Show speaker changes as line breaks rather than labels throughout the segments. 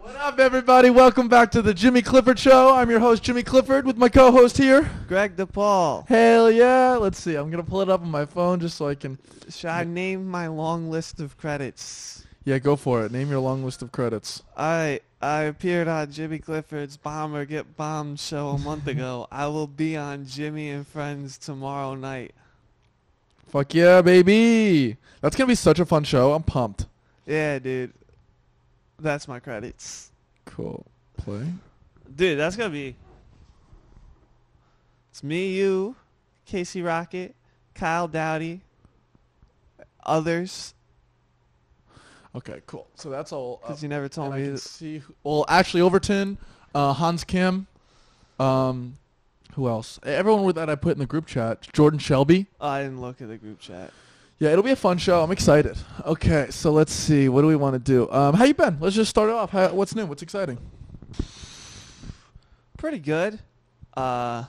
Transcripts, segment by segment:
What up, everybody? Welcome back to the Jimmy Clifford Show. I'm your host, Jimmy Clifford, with my co-host here.
Greg DePaul.
Hell yeah! Let's see. I'm gonna pull it up on my phone just so I can.
Should I name my long list of credits?
Yeah, go for it. Name your long list of credits.
I I appeared on Jimmy Clifford's Bomber Get Bombed show a month ago. I will be on Jimmy and Friends tomorrow night.
Fuck yeah, baby! That's gonna be such a fun show. I'm pumped.
Yeah, dude. That's my credits.
Cool. Play.
Dude, that's gonna be. It's me, you, Casey Rocket, Kyle Dowdy, others,
Okay, cool. So that's all. up.
because you never
And
told
I
me.
can
th-
see. who- Well, Ashley Overton, uh, Hans Kim, um, who else? E-, Everyone with that I put in the group chat. Jordan Shelby.
Oh, I didn't look at the group chat.
Yeah, it'll be a fun show. I'm excited. Okay, so let's see. What do we want to do? Um, how you been? Let's just start it off. How, what's new? What's exciting?
Pretty good. Uh,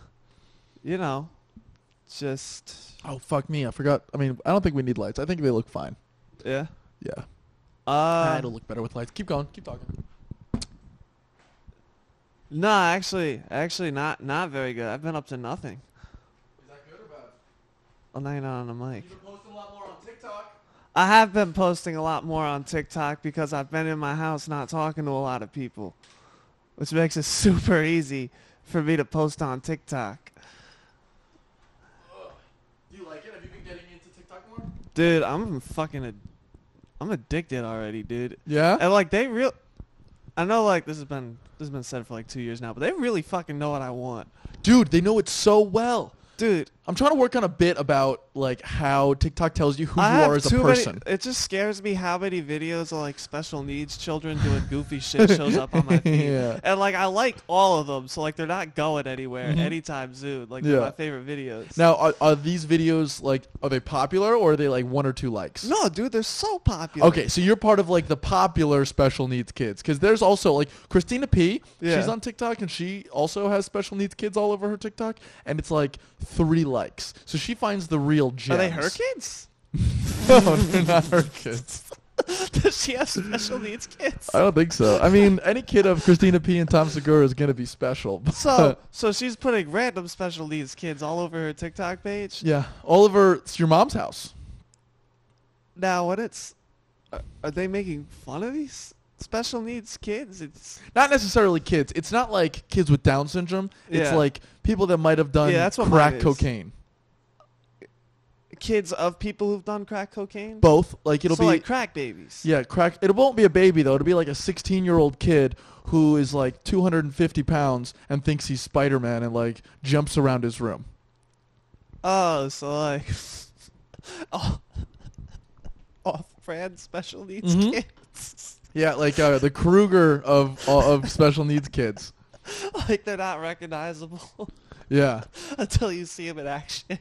you know, just
Oh fuck me, I forgot. I mean, I don't think we need lights. I think they look fine.
yeah.
Yeah, Ah,
Uh,
it'll look better with lights. Keep going. Keep talking.
no, actually, actually not not very good. I've been up to nothing.
Is that good or bad?
Well, now you're not on the
been
mic.
posting a lot more on TikTok.
I have been posting a lot more on TikTok because I've been in my house not talking to a lot of people, which makes it super easy for me to post on TikTok.
Do you like it? Have you been getting into TikTok more?
Dude, I'm fucking ad- I'm addicted already, dude.
Yeah.
And like they real I know like this has been this has been said for like 2 years now, but they really fucking know what I want.
Dude, they know it so well.
Dude,
I'm trying to work on a bit about like how TikTok tells you who
I
you
have
are as a
too
person.
Many, it just scares me how many videos of like special needs children doing goofy shit shows up on my feed.
Yeah.
And like I like all of them, so like they're not going anywhere anytime soon. Like they're
Mm-hmm. Yeah.
my favorite videos.
Now, are, are these videos like are they popular or are they like one or two likes?
no, dude, they're so popular.
Okay, so you're part of like the popular special needs kids because there's also like Christina P.
Yeah.
She's on TikTok and she also has special needs kids all over her TikTok, and it's like three likes. So she finds the real
Are
gems.
they her kids?
no, they're not her kids.
Does she have special needs kids?
I don't think so. I mean, any kid of Christina P. and Tom Segura is gonna be special.
So, so she's putting random special needs kids all over her TikTok page.
yeah, Oliver, it's your mom's house.
Now, when it's, are, are they making fun of these special needs kids? It's
Not necessarily kids. It's not like kids with Down syndrome. It's
Yeah.
like people that might have done
Yeah, that's what
crack
mine is.
cocaine.
kids of people who've done crack cocaine.
Both. Like it'll
so
be
like crack babies.
Yeah, crack. It won't be a baby though. It'll be like a 16 year old kid who is like 250 pounds and thinks he's Spider Man and like jumps around his room.
Oh, so like, oh, off-brand special needs
Mhm.
kids.
Yeah, like uh, the Kruger of uh, of special needs kids.
like they're not recognizable
Yeah.
until you see them in action.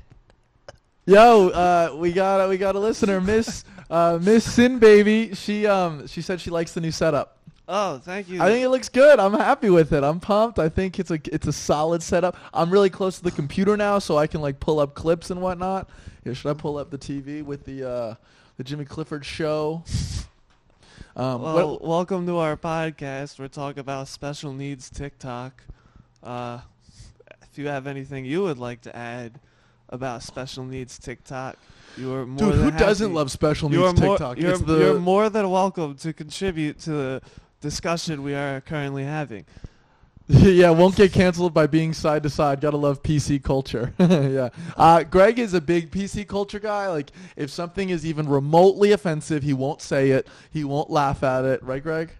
Yo, uh, we got we got a listener, Miss uh, Miss Sin Baby. She um she said she likes the new setup.
Oh, thank you.
I think it looks good. I'm happy with it. I'm pumped. I think it's a it's a solid setup. I'm really close to the computer now, so I can like pull up clips and whatnot. Here, should I pull up the TV with the uh, the Jimmy Clifford show? Um, what-
well, welcome to our podcast. We're talking about special needs TikTok. Uh, if you have anything you would like to add about special needs TikTok, you are more
dude,
than
who doesn't
happy.
love special needs
you are more,
TikTok?
You're,
it's the
you're more than welcome to contribute to the discussion we are currently having.
yeah, won't get canceled by being side to side. Gotta love PC culture. yeah, uh, Greg is a big PC culture guy. Like, if something is even remotely offensive, he won't say it. He won't laugh at it. Right, Greg?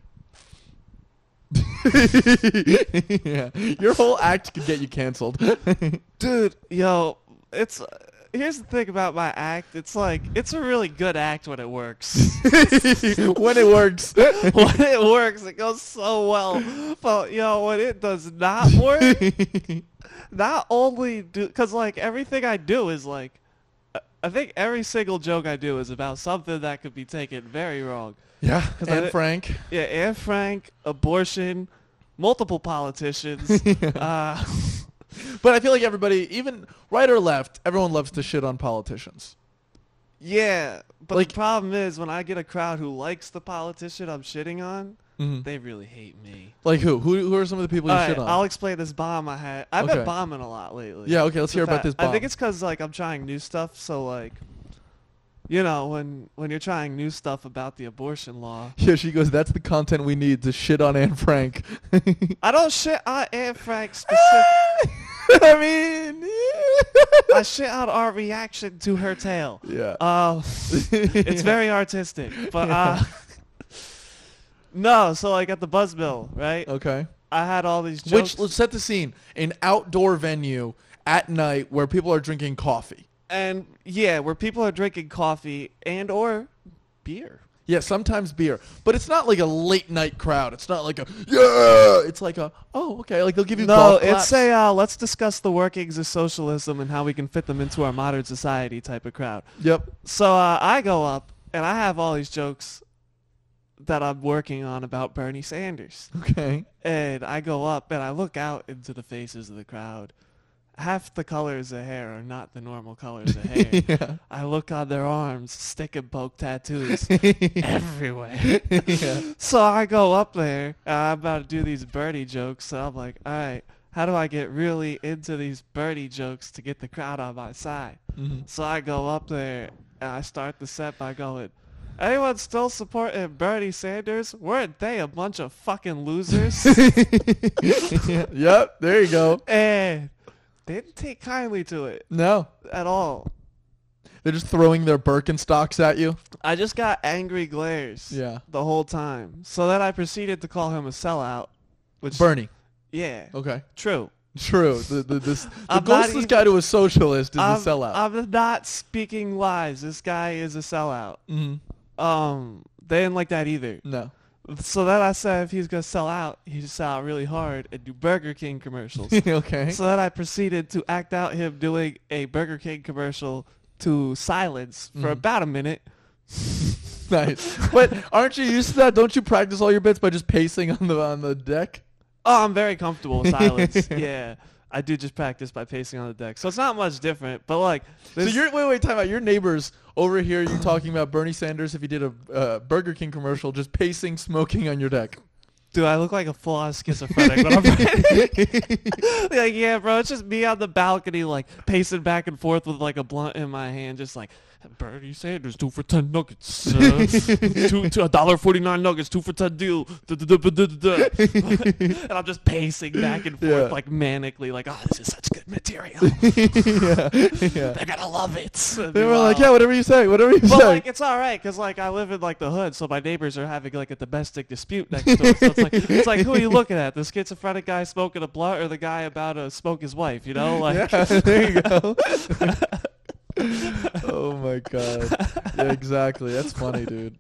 yeah, your whole act could get you canceled.
Dude, yo, it's here's the thing about my act. It's like it's a really good act when it works.
when it works,
when it works, it goes so well. But yo, when it does not work, not only do because like everything I do is like, I- I think every single joke I do is about something that could be taken very wrong.
yeah,
I
and
did-
Frank.
Yeah, Anne Frank, abortion, multiple politicians. uh,
But I feel like everybody, even right or left, everyone loves to shit on politicians.
yeah, but
Like-
the problem is when I get a crowd who likes the politician I'm shitting on,
Mhm.
they really hate me.
Like who? Who who are some of the people you
All right,
shit on?
I'll explain this bomb I had. I've
uh, Okay.
been bombing a lot lately.
yeah, okay, let's hear about this bomb.
I think it's because like I'm trying new stuff, so like, you know, when when you're trying new stuff about the abortion law,
yeah, she goes, that's the content we need to shit on Anne Frank.
I don't shit on Anne Frank specific.
I mean,
I shit on our reaction to her tale.
yeah.
Uh, it's very artistic, but uh, no. So like at the buzz mill, right?
okay.
I had all these jokes,
Which let's set the scene: an outdoor venue at night where people are drinking coffee.
and yeah, where people are drinking coffee and or beer.
Yeah, sometimes beer, but it's not like a late night crowd. It's not like a yeah. It's like a oh okay. Like they'll give you
No,
golf
it's
claps.
a uh, let's discuss the workings of socialism and how we can fit them into our modern society type of crowd.
yep.
So uh, I go up and I have all these jokes that I'm working on about Bernie Sanders.
Okay.
And I go up and I look out into the faces of the crowd. Half the colors of hair are not the normal colors of hair.
Yeah.
I look on their arms, stick and poke tattoos everywhere.
yeah.
So I go up there and I'm about to do these birdie jokes. So I'm like, all right, how do I get really into these birdie jokes to get the crowd on my side?
Mhm.
So I go up there and I start the set by going, anyone still supporting Bernie Sanders? Weren't they a bunch of fucking losers?
Yeah. Yep. There you go.
and they didn't take kindly to it
No,
at all.
they're just throwing their Birkenstocks at you.
I just got angry glares
Yeah.
the whole time. So then I proceeded to call him a sellout, which,
Bernie.
yeah,
Okay.
true.
True. The the this the
I'm not
ghostless
even-
guy to a socialist is
I'm,
a sellout.
I'm not speaking lies. This guy is a sellout.
Mhm.
Um, they didn't like that either.
No.
So then I said, if he's gonna sell out, he should sell out really hard and do Burger King commercials.
okay.
so then I proceeded to act out him doing a Burger King commercial to silence
Mm-hmm.
for about a minute.
nice. But aren't you used to that? Don't you practice all your bits by just pacing on the on the deck?
Oh, I'm very comfortable with silence. yeah, I do just practice by pacing on the deck, so it's not much different. But like, this,
so you're wait wait time out. Your neighbors over here, you talking about Bernie Sanders if he did a uh, Burger King commercial, just pacing, smoking on your deck.
dude, I look like a full on schizophrenic when I'm like, yeah, bro, it's just me on the balcony, like pacing back and forth with like a blunt in my hand, just like Bernie Sanders, two for ten nuggets, uh, two two a dollar forty nine nuggets, two for ten deal, duh, duh, duh, duh, duh, duh, duh." and I'm just pacing back and forth
Yeah.
like manically, like, oh, this is such good material,
yeah, yeah.
they're gonna love it.
They were like, yeah, whatever you say, whatever you
But
say.
like it's all right because like I live in like the hood, so my neighbors are having like a domestic dispute next door. So it's like it's like who are you looking at? The schizophrenic guy smoking a blunt or the guy about to smoke his wife? You know, like
yeah, there you go. oh my god. Yeah, exactly. That's funny, dude.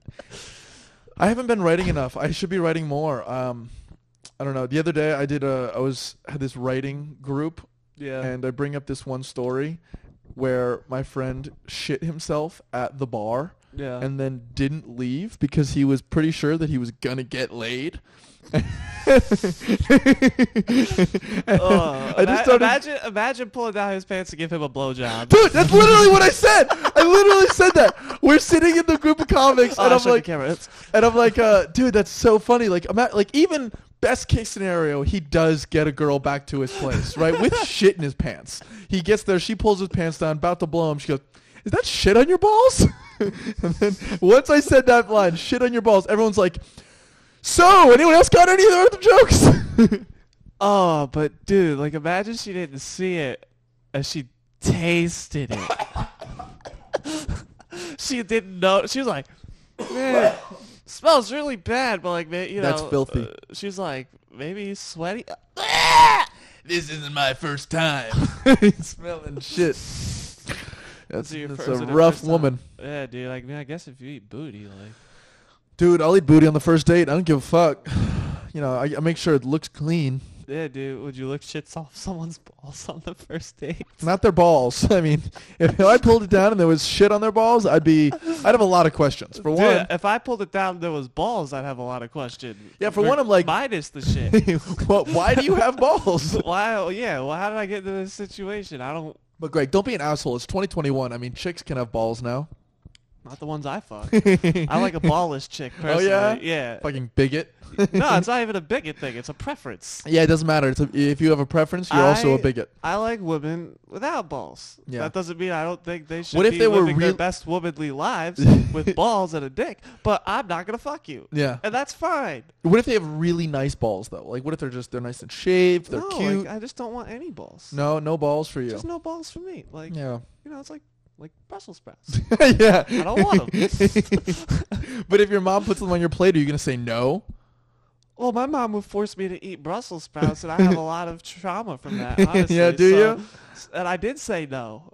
I haven't been writing enough. I should be writing more. Um, I don't know. The other day, I did a. I was had this writing group
yeah.
and I bring up this one story where my friend shit himself at the bar
Yeah.
and then didn't leave because he was pretty sure that he was gonna get laid.
Oh,
I
I
just started-
imagine imagine pulling down his pants to give him a blowjob.
Dude, that's literally what I said. I literally said that. We're sitting in the group of comics,
Oh,
and
I
I'm
shook
like,
the camera. It's-
and I'm like, uh, dude, that's so funny. Like, ima- like even best case scenario, he does get a girl back to his place, right? With shit in his pants. He gets there, she pulls his pants down, about to blow him. She goes, "Is that shit on your balls?" and then once I said that line, "Shit on your balls," everyone's like, "So, anyone else got any other jokes?"
oh, but dude, like imagine she didn't see it and she tasted it. she didn't know. She was like, man, smells really bad, but like, man, you
That's
know,
filthy.
uh, she's like, maybe he's sweaty.
this isn't my first time smelling shit. That's,
Is it your
that's
fir- is
a
it her
rough
first time?
woman.
Yeah, dude. Like, man, I guess if you eat booty, like,
Dude, I'll eat booty on the first date. I don't give a fuck. You know, I, I make sure it looks clean.
yeah, dude, would you lick shits off someone's balls on the first date?
Not their balls. I mean, if I pulled it down and there was shit on their balls, I'd be, I'd have a lot of questions. For
Dude,
one,
if I pulled it down, there was balls. I'd have a lot of questions.
Yeah, for one, I'm like-
minus the shit.
what, why do you have balls?
why? oh, Yeah. Well, how did I get into this situation? I don't.
But Greg, don't be an asshole. It's 2021. I mean, chicks can have balls now.
Not the ones I fuck. I like a ballless chick personally.
Oh, yeah?
yeah.
Fucking bigot.
No, it's not even a bigot thing. It's a preference.
yeah, it doesn't matter. It's a, if you have a preference, you're also a
I-
bigot.
I like women without balls.
Yeah.
That doesn't mean I don't think they should
What if
be
they were
living their
real-
best womanly lives with balls and a dick. But I'm not gonna fuck you.
Yeah.
And that's fine.
What if they have really nice balls though? Like, what if they're just they're nice and shaved, they're
no, like,
cute?
I just don't want any balls.
no, no balls for you.
Just no balls for me. Like
yeah,
you know, it's like like Brussels sprouts.
yeah.
I don't want
'em. but if your mom puts them on your plate, are you gonna say no?
Well, my mom would force me to eat Brussels sprouts, and I have a lot of trauma from that. Honestly.
Yeah, do
So-
you? Hmm.
s- And I did say no.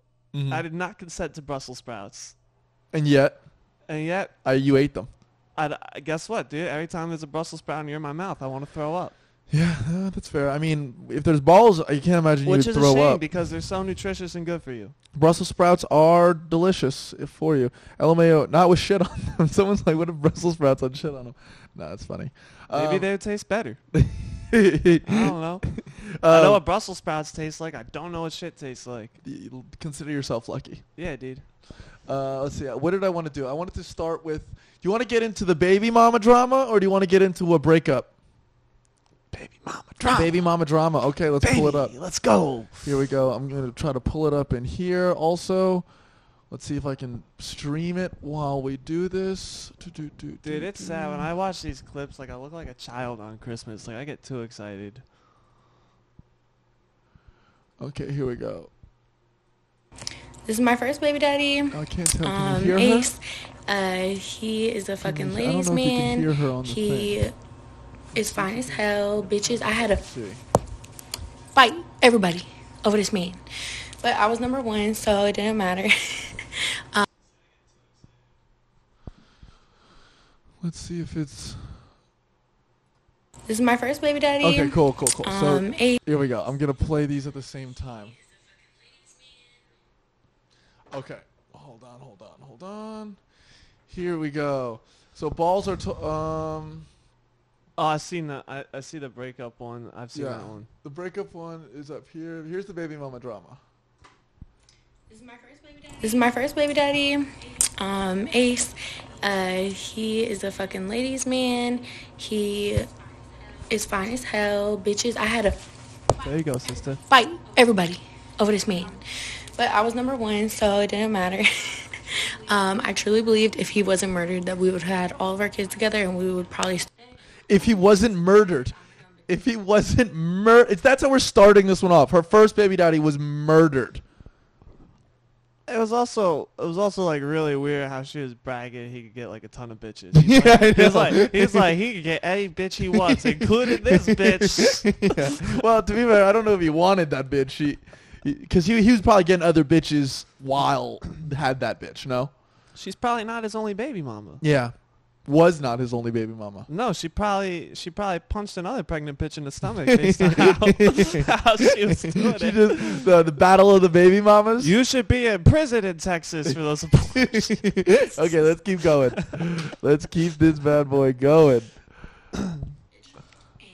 I did not consent to Brussels sprouts,
And yet,
and yet,
I, you ate them.
I, I- guess what, dude? Every time there's a Brussels sprout near my mouth, I want to throw up,
Yeah, uh, that's fair. I mean, if there's balls, I can't imagine
which
you
is
would
a shame
throw up.
because they're so nutritious and good for you.
Brussels sprouts are delicious if for you. LMAO, not with shit on them. Someone's like, what if Brussels sprouts had shit on them? No, that's funny.
Maybe
Um,
they would taste better. I don't
um,
know. I know what Brussels sprouts taste like. I don't know what shit tastes like.
y- consider yourself lucky.
Yeah, dude.
Uh, let's see. uh, What did I want to do? I wanted to start with. Do you want to get into the baby mama drama, or do you want to get into a breakup?
Baby mama, drop.
Baby mama drama. Okay, let's pull it up.
Let's go.
Here we go. I'm gonna try to pull it up in here. Also, let's see if I can stream it while we do this. Do, do, do,
Dude,
do,
it's
do.
sad when I watch these clips. Like I look like a child on Christmas. Like I get too excited.
Okay, here we go.
This is my first baby daddy.
I can't tell. Oh, Can
Um,
you hear her?
Ace. Uh, he is a fucking
I don't
ladies'
know if you can
man.
hear her on the
he
thing.
is fine as hell, bitches. I had a
Let's see.
fight everybody over this man, but I was number one, so it didn't matter. Um,
Let's see if it's.
this is my first baby daddy.
Okay, cool, cool, cool. So
Um, Ace.
here we go. I'm gonna play these at the same time. Okay, hold on, hold on, hold on. Here we go. So balls are. To- um.
Oh, I seen the I, I see the breakup one. I've seen
Yeah.
that one.
The breakup one is up here. Here's the baby mama drama.
This is my first baby daddy. This is my first baby daddy. Um, Ace. Uh, he is a fucking ladies' man. He is fine as hell, bitches. I had a
There you go, sister.
fight everybody over this man. But I was number one, so it didn't matter. um, I truly believed if he wasn't murdered, that we would have had all of our kids together, and we would probably.
If he wasn't murdered. If he wasn't murdered, that's how we're starting this one off. Her first baby daddy was murdered.
It was also it was also like really weird how she was bragging he could get like a ton of bitches.
Yeah,
He's
I
like, he's
know.
like he's like he could get any bitch he wants, including this bitch.
Yeah. Well, to be fair, I don't know if he wanted that bitch. She, because he he was probably getting other bitches while had that bitch. No.
She's probably not his only baby mama.
Yeah. Was not his only baby mama.
No, she probably she probably punched another pregnant bitch in the stomach based on how, how she was doing
She
it.
just the, the battle of the baby mamas.
you should be in prison in Texas for those abortions.
okay, let's keep going. let's keep this bad boy going.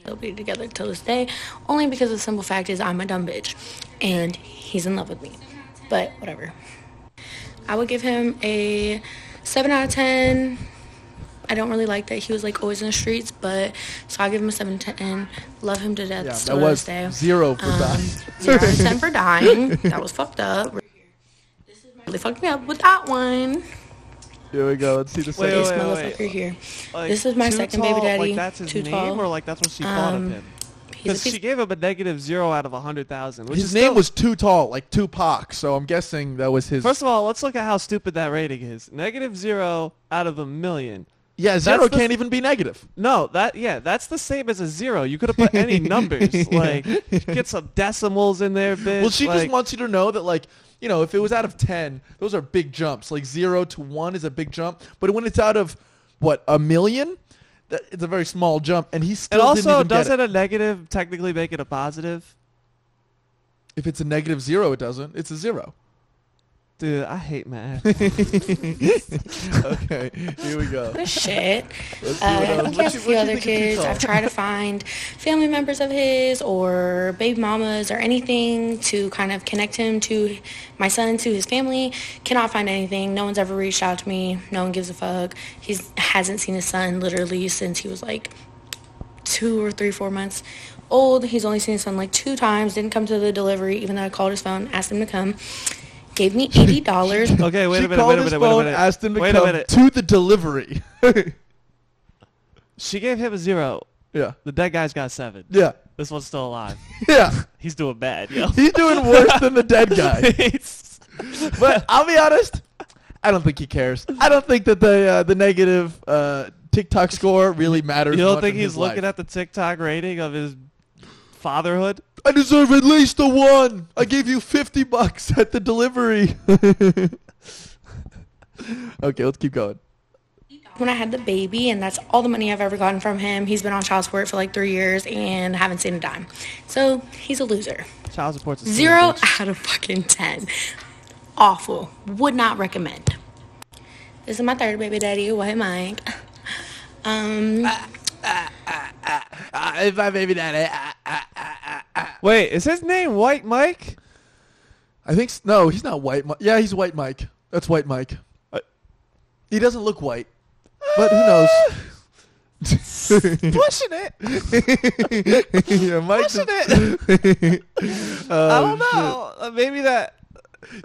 They'll be together till this day, only because the simple fact is I'm a dumb bitch, and he's in love with me. But whatever. I would give him a seven out of ten. I don't really like that he was like always in the streets, but so I give him a seven to ten. Love him to death.
Yeah,
still
that
to
was
this day.
zero for
Um,
that.
zero out of ten for dying. That was fucked up. Really fucked me up with that one.
Here we go. Let's see the
Wait,
second.
this
wait,
motherfucker
wait.
here.
Like,
this is my
too
second
tall,
baby daddy.
Like that's his
too
name,
tall.
or like that's what she thought of
Um,
him.
He's
Because
a piece
she gave him a negative zero out of hundred thousand. Which
His
is
name
still-
was too tall, like Tupac. So I'm guessing that was his.
First of all, let's look at how stupid that rating is. Negative zero out of a million.
yeah, zero
that's the-
can't even be negative.
No, that yeah, that's the same as a zero. You could have put any numbers. Like get some decimals in there, bitch.
Well, she
like,
just wants you to know that, like, you know, if it was out of 10, those are big jumps. Like, zero to one is a big jump. But when it's out of, what, a million? That, it's a very small jump. And he still
And
didn't
also,
even get
doesn't
it.
a negative technically make it a positive?
If it's a negative zero, it doesn't. It's a zero.
Dude, I hate math.
okay, here we go.
This shit.
Let's see what
Uh, I
else-
don't
what
cast
you-
the
what you
other
think of
kids.
Utah?
I've tried to find family members of his or baby mamas or anything to kind of connect him to my son to his family. Cannot find anything. No one's ever reached out to me. No one gives a fuck. He hasn't seen his son literally since he was like two or three, four months old. He's only seen his son like two times. Didn't come to the delivery, even though I called his phone, asked him to come. Gave me eighty dollars.
Okay, wait
she
a minute,
called
wait a
his
minute, wait a
phone,
minute.
asked him to
wait
come
a minute.
to the delivery.
She gave him a zero.
yeah,
The dead guy's got seven.
yeah,
This one's still alive.
yeah.
He's doing bad, yo.
He's doing worse than the dead guy.
He's-
But I'll be honest, I don't think he cares. I don't think that the uh, the negative uh, TikTok score really matters.
you don't
much
think
in
he's
his
looking
life.
at the TikTok rating of his fatherhood?
I deserve at least a one. I gave you fifty bucks at the delivery. okay, let's keep going.
when I had the baby, and that's all the money I've ever gotten from him. He's been on child support for like three years and haven't seen a dime. So he's a loser.
Child support's a sin,
Zero
bitch.
out of fucking 10. Awful. Would not recommend. This is my third baby daddy. Why mine? Um,
Uh, if I baby daddy, I,
Wait, is his name White Mike?
I think s- no, he's not white. Mi- Yeah, he's white Mike. That's white Mike.
Uh,
He doesn't look white, but who knows?
Pushing it.
yeah, Mike.
Pushing
just-
it. I
Oh,
don't know. Uh, Maybe that.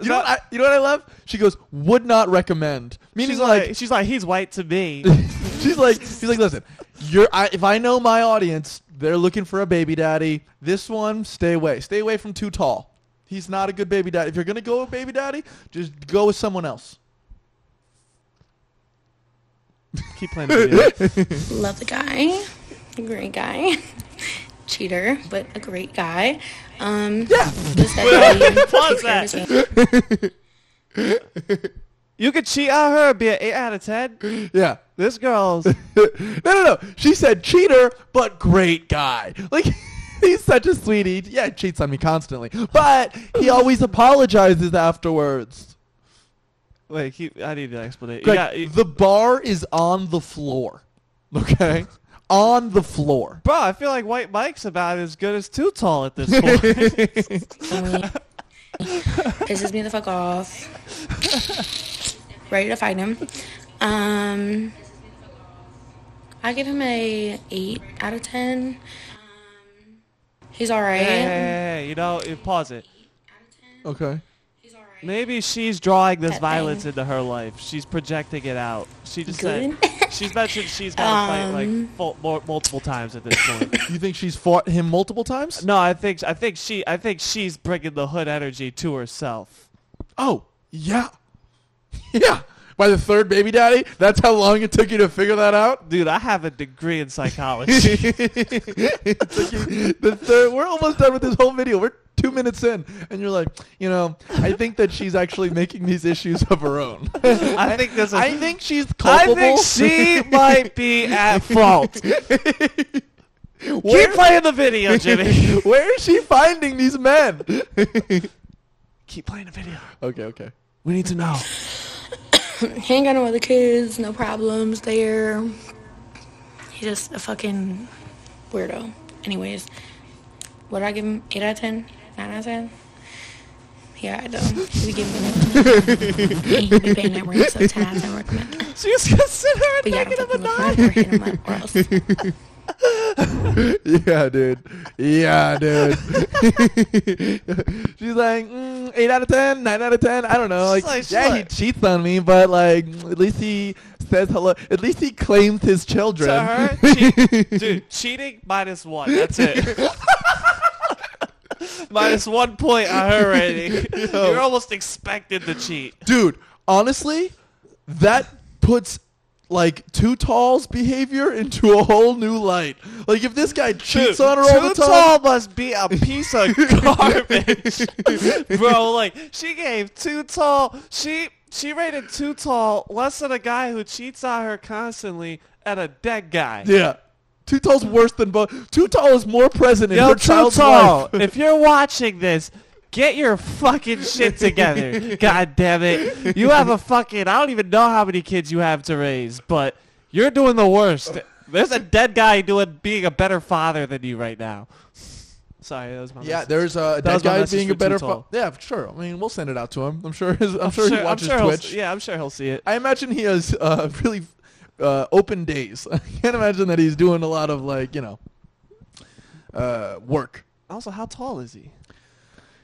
You know, what I, you know what I love? She goes, "Would not recommend." Meaning,
she's
like,
like, she's like, he's white to me.
she's like, she's like, listen, you're. I, if I know my audience, they're looking for a baby daddy. This one, stay away. Stay away from too tall. He's not a good baby daddy. If you're gonna go with baby daddy, just go with someone else.
Keep playing the video.
love the guy. Great guy. Cheater, but a great guy. Um,
Yeah.
just that he takes
Pause
care of his
that.
family.
You could cheat on her, be an eight out of ten.
Yeah.
This girl's
no, no, no. She said cheater, but great guy. Like he's such a sweetie. Yeah, he cheats on me constantly, but he always apologizes afterwards.
wait. Keep, I need an explanation.
Greg,
yeah, you-
the bar is on the floor. Okay, on the floor.
bro, I feel like White Mike's about as good as too tall at this point.
pisses me the fuck off. Ready to fight him. Um, I give him a eight out of ten. He's all right.
hey, hey, hey, you know, you pause it.
Okay.
Maybe she's drawing this
That
violence
thing.
into her life. She's projecting it out. She just said
Good.
she's mentioned she's gotta fight like full, more, multiple times at this point.
You think she's fought him multiple times?
no, I think I think she I think she's bringing the hood energy to herself.
Oh, yeah, yeah. By the third baby daddy, that's how long it took you to figure that out.
Dude, I have a degree in psychology.
the third, we're almost done with this whole video. We're two minutes in, and you're like, you know, I think that she's actually making these issues of her own.
I think this is
I think she's
I
culpable.
think she might be at fault. Keep
Where-
playing the video, Jimmy.
Where is she finding these men?
Keep playing the video.
okay, okay.
We need to know.
He ain't got no other kids, no problems there. He's just a fucking weirdo. Anyways, would I give him eight out of ten? Nine out of ten? Yeah, I don't. He would give me. He would be paying that rent, so ten out of ten recommend.
She's considering
But yeah, I
making him a
don't
nine.
fucking look for him or hit him up or else.
Yeah, dude. Yeah, dude. she's like mm, eight out of ten, nine out of ten. I don't know. Like,
She's like- she's
yeah,
like-
he cheats on me, but like, at least he says hello. At least he claims his children.
To her, cheat, dude, cheating minus one. That's it. minus one point on her rating. You're almost expected to cheat.
dude. Honestly, that puts like two tall's behavior into a whole new light. Like, if this guy cheats
Dude,
on her all
too
the time,
tall must be a piece of garbage, bro. Like she gave too tall. She she rated too tall less than a guy who cheats on her constantly and a dead guy.
yeah. Too tall's worse than both. Too tall is more present in
Yo,
her
too
child's
tall.
life.
if you're watching this, Get your fucking shit together. God damn it. You have a fucking I don't even know how many kids you have to raise, but you're doing the worst. There's a dead guy doing being a better father than you right now. Sorry, that was my
Yeah,
message.
there's uh, a dead
was my
guy
message
being a
for
better.
Tutal.
Fa- yeah, sure. I mean, we'll send it out to him. I'm sure. His, I'm, sure, he watches
I'm sure he'll-
Twitch.
Yeah, I'm sure he'll see it.
I imagine he has uh, really uh, open days. I can't imagine that he's doing a lot of like you know uh, work.
Also, how tall is he?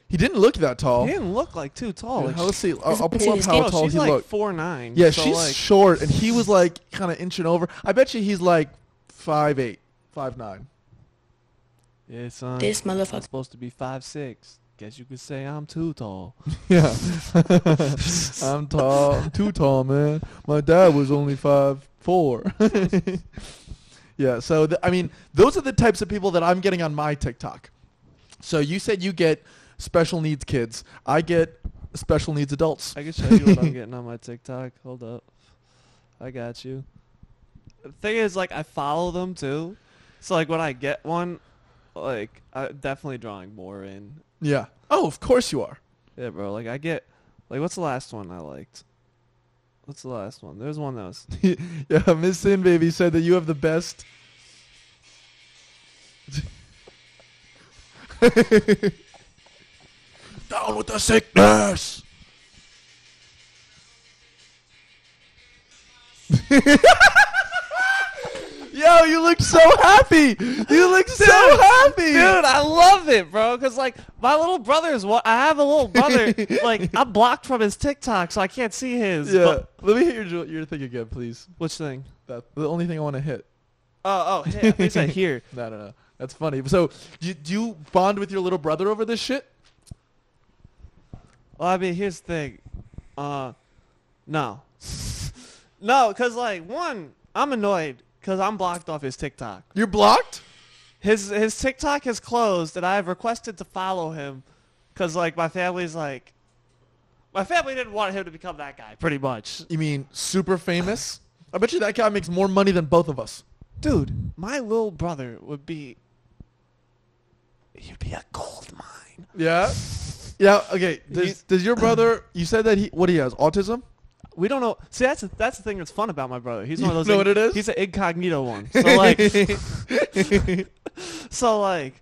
He didn't look that tall.
He didn't look like too tall.
Yeah,
Like,
let's see. I'll, I'll
See,
pull up
this
how
girl,
no,
tall
she's
he
like
looked.
four nine.
Yeah,
so
she's
like,
short, and he was like kind of inching over. I bet you he's like five eight, five nine.
Yeah, son.
This
I'm
motherfucker.
supposed to be five six. Guess you could say I'm too tall.
Yeah, I'm tall. I'm too tall, man. My dad was only five four. yeah, so th- I mean, those are the types of people that I'm getting on my TikTok. So you said you get special needs kids. I get special needs adults.
I can show you what I'm getting on my TikTok. Hold up. I got you. The thing is, like, I follow them too. So, like, when I get one, like, I'm definitely drawing more in.
Yeah. Oh, of course you are.
Yeah, bro. Like, I get, like, what's the last one I liked? What's the last one? There's one that was.
yeah, Miss Sin Baby said that you have the best. Down with the sickness. Yo, you look so happy. You look so happy.
Dude, I love it, bro. Cause like my little brother's what I have a little brother. like I'm blocked from his TikTok, so I can't see his.
Yeah.
but-
Let me hear your, your thing again, please.
which thing?
That's the only thing I want to hit.
Oh, oh, yeah, they said here.
No, no, no. That's funny. So, you, do you bond with your little brother over this shit?
Well, I mean, here's the thing. Uh, no, no, cause like one, I'm annoyed because I'm blocked off his TikTok.
You're blocked?
His his TikTok is closed, and I have requested to follow him because like my family's like, my family didn't want him to become that guy, pretty much.
You mean super famous? I bet you that guy makes more money than both of us.
Dude, my little brother would be. He'd be a gold mine.
Yeah. Yeah. Okay. Does,
He's-
does your brother? You said that he what he has autism?
We don't know. See, that's that's the thing that's fun about my brother. He's one
You
of those.
know what it is?
He's an incognito one. So like, so like,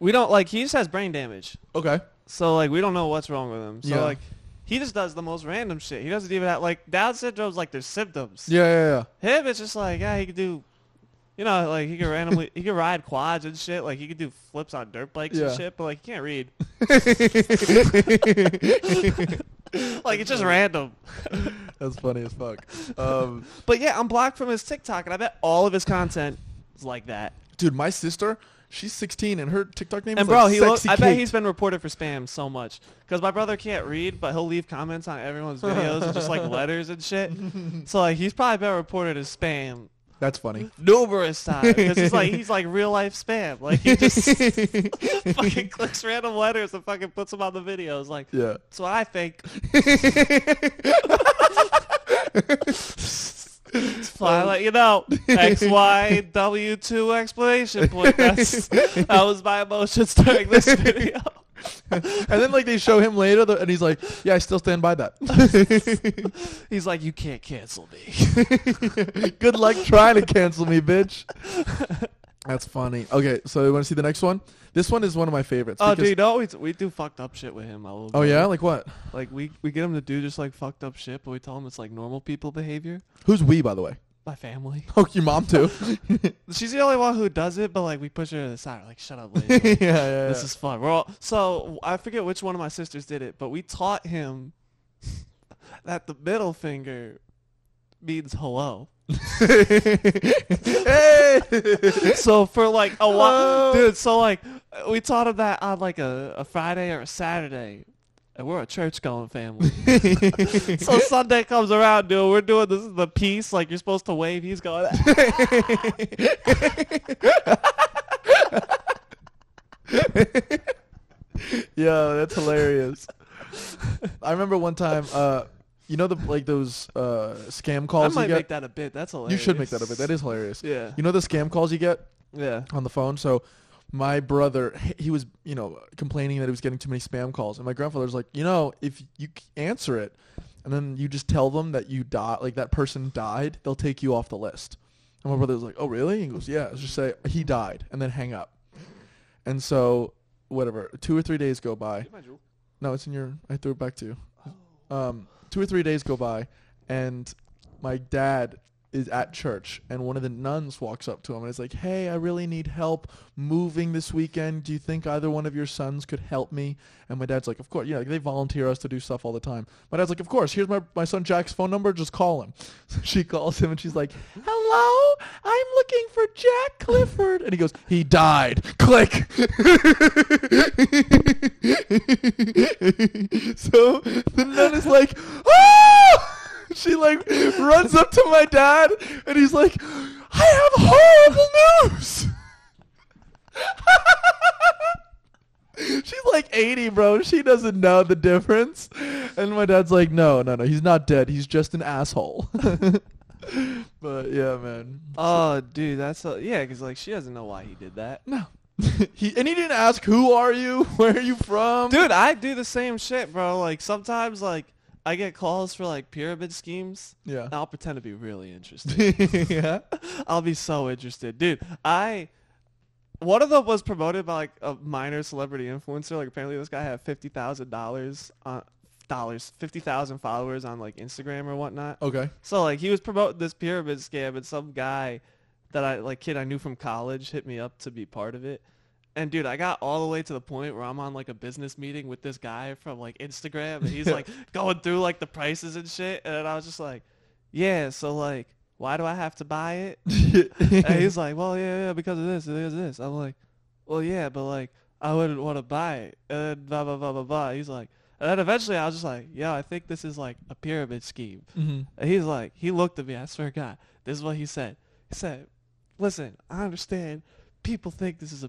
we don't like. He just has brain damage.
Okay.
So like, we don't know what's wrong with him. So
Yeah.
like, he just does the most random shit. He doesn't even have like Down syndrome's like there's symptoms.
Yeah. Yeah. Yeah.
Him, it's just like, yeah, he could do, you know, like he could randomly, he could ride quads and shit. Like he could do flips on dirt bikes
Yeah.
and shit, but like he can't read. like it's just random.
That's funny as fuck. Um,
But yeah, I'm blocked from his TikTok, and I bet all of his content is like that.
dude, my sister, she's 16, and her TikTok name
And
is
bro,
like
he look,
sexy
I bet
Kate.
he's been reported for spam so much because my brother can't read, but he'll leave comments on everyone's videos and just like letters and shit. So like he's probably been reported as spam
That's funny.
numerous times because he's like he's like real life spam. Like he just fucking clicks random letters and fucking puts them on the videos. Like
Yeah.
that's what I think. it's fine, like you know, X Y W two explanation point. That's, that was my emotions during this video.
And then like they show him later, the, and he's like, "Yeah, I still stand by that."
He's like, you can't cancel me.
Good luck trying to cancel me, bitch. That's funny. Okay, so you want to see the next one? This one is one of my favorites.
Oh,
because-
dude, no, we, we do fucked up shit with him. I love
Oh
him.
yeah, like what?
Like we we get him to do just like fucked up shit, but we tell him it's like normal people behavior.
Who's we, by the way?
My family.
Oh, your mom too. yeah,
She's the only one who does it, but like we push her to the side. Like shut up, lady.
yeah, yeah.
This is fun. We're all, so I forget which one of my sisters did it, but we taught him that the middle finger means hello.
hey.
So for like a
Oh.
while, dude. So like we taught him that on like a, a Friday or a Saturday, and we're a church going family. so Sunday comes around, dude. We're doing this the piece like you're supposed to wave. He's going.
Yo, that's hilarious. I remember one time, uh, you know the like those uh, scam
I
calls
might
you get.
make that a bit. That's hilarious.
you should make that up. That is hilarious.
Yeah.
You know the scam calls you get
Yeah.
on the phone. So my brother he was you know complaining that he was getting too many spam calls and my grandfather was like you know if you c- answer it and then you just tell them that you died like that person died they'll take you off the list and my brother was like oh really he goes yeah just say he died and then hang up and so whatever two or three days go by no, it's in your. I threw it back to you. Um, two or three days go by, and my dad is at church, and one of the nuns walks up to him and is like, "Hey, I really need help moving this weekend. Do you think either one of your sons could help me?" And my dad's like, "Of course. You know, they volunteer us to do stuff all the time." My dad's like, "Of course. Here's my my son Jack's phone number. Just call him." So she calls him, and she's like, "Hello, I'm looking for Jack Clifford," and he goes, "He died." Click. so the nun is like, "Ah!" She like runs up to my dad, and he's like, "I have horrible news." She's like 80, bro. She doesn't know the difference. And my dad's like, "No, no, no. He's not dead. He's just an asshole." but yeah, man.
Oh, dude, that's so, yeah. Because like she doesn't know why he did that.
No. he and he didn't ask, "Who are you? Where are you from?"
Dude, I do the same shit, bro. Like sometimes, like I get calls for like pyramid schemes.
Yeah.
I'll pretend to be really interested.
yeah.
I'll be so interested, dude. I one of them was promoted by like a minor celebrity influencer. Like apparently this guy had fifty thousand dollars on dollars, fifty thousand followers on like Instagram or whatnot.
Okay.
So like he was promoting this pyramid scam, and some guy that I like kid I knew from college hit me up to be part of it. And dude, I got all the way to the point where I'm on like a business meeting with this guy from like Instagram, and he's like going through like the prices and shit, and I was just like, yeah, so like, why do I have to buy it? and he's like, well, yeah, yeah, because of this, because of this. I'm like, well, yeah, but like, I wouldn't want to buy it. And then blah, blah, blah, blah, blah. He's like, and then eventually I was just like, yeah, I think this is like a pyramid scheme.
Mhm.
And he's like, he looked at me, I swear to God, this is what he said. He said, listen, I understand people think this is a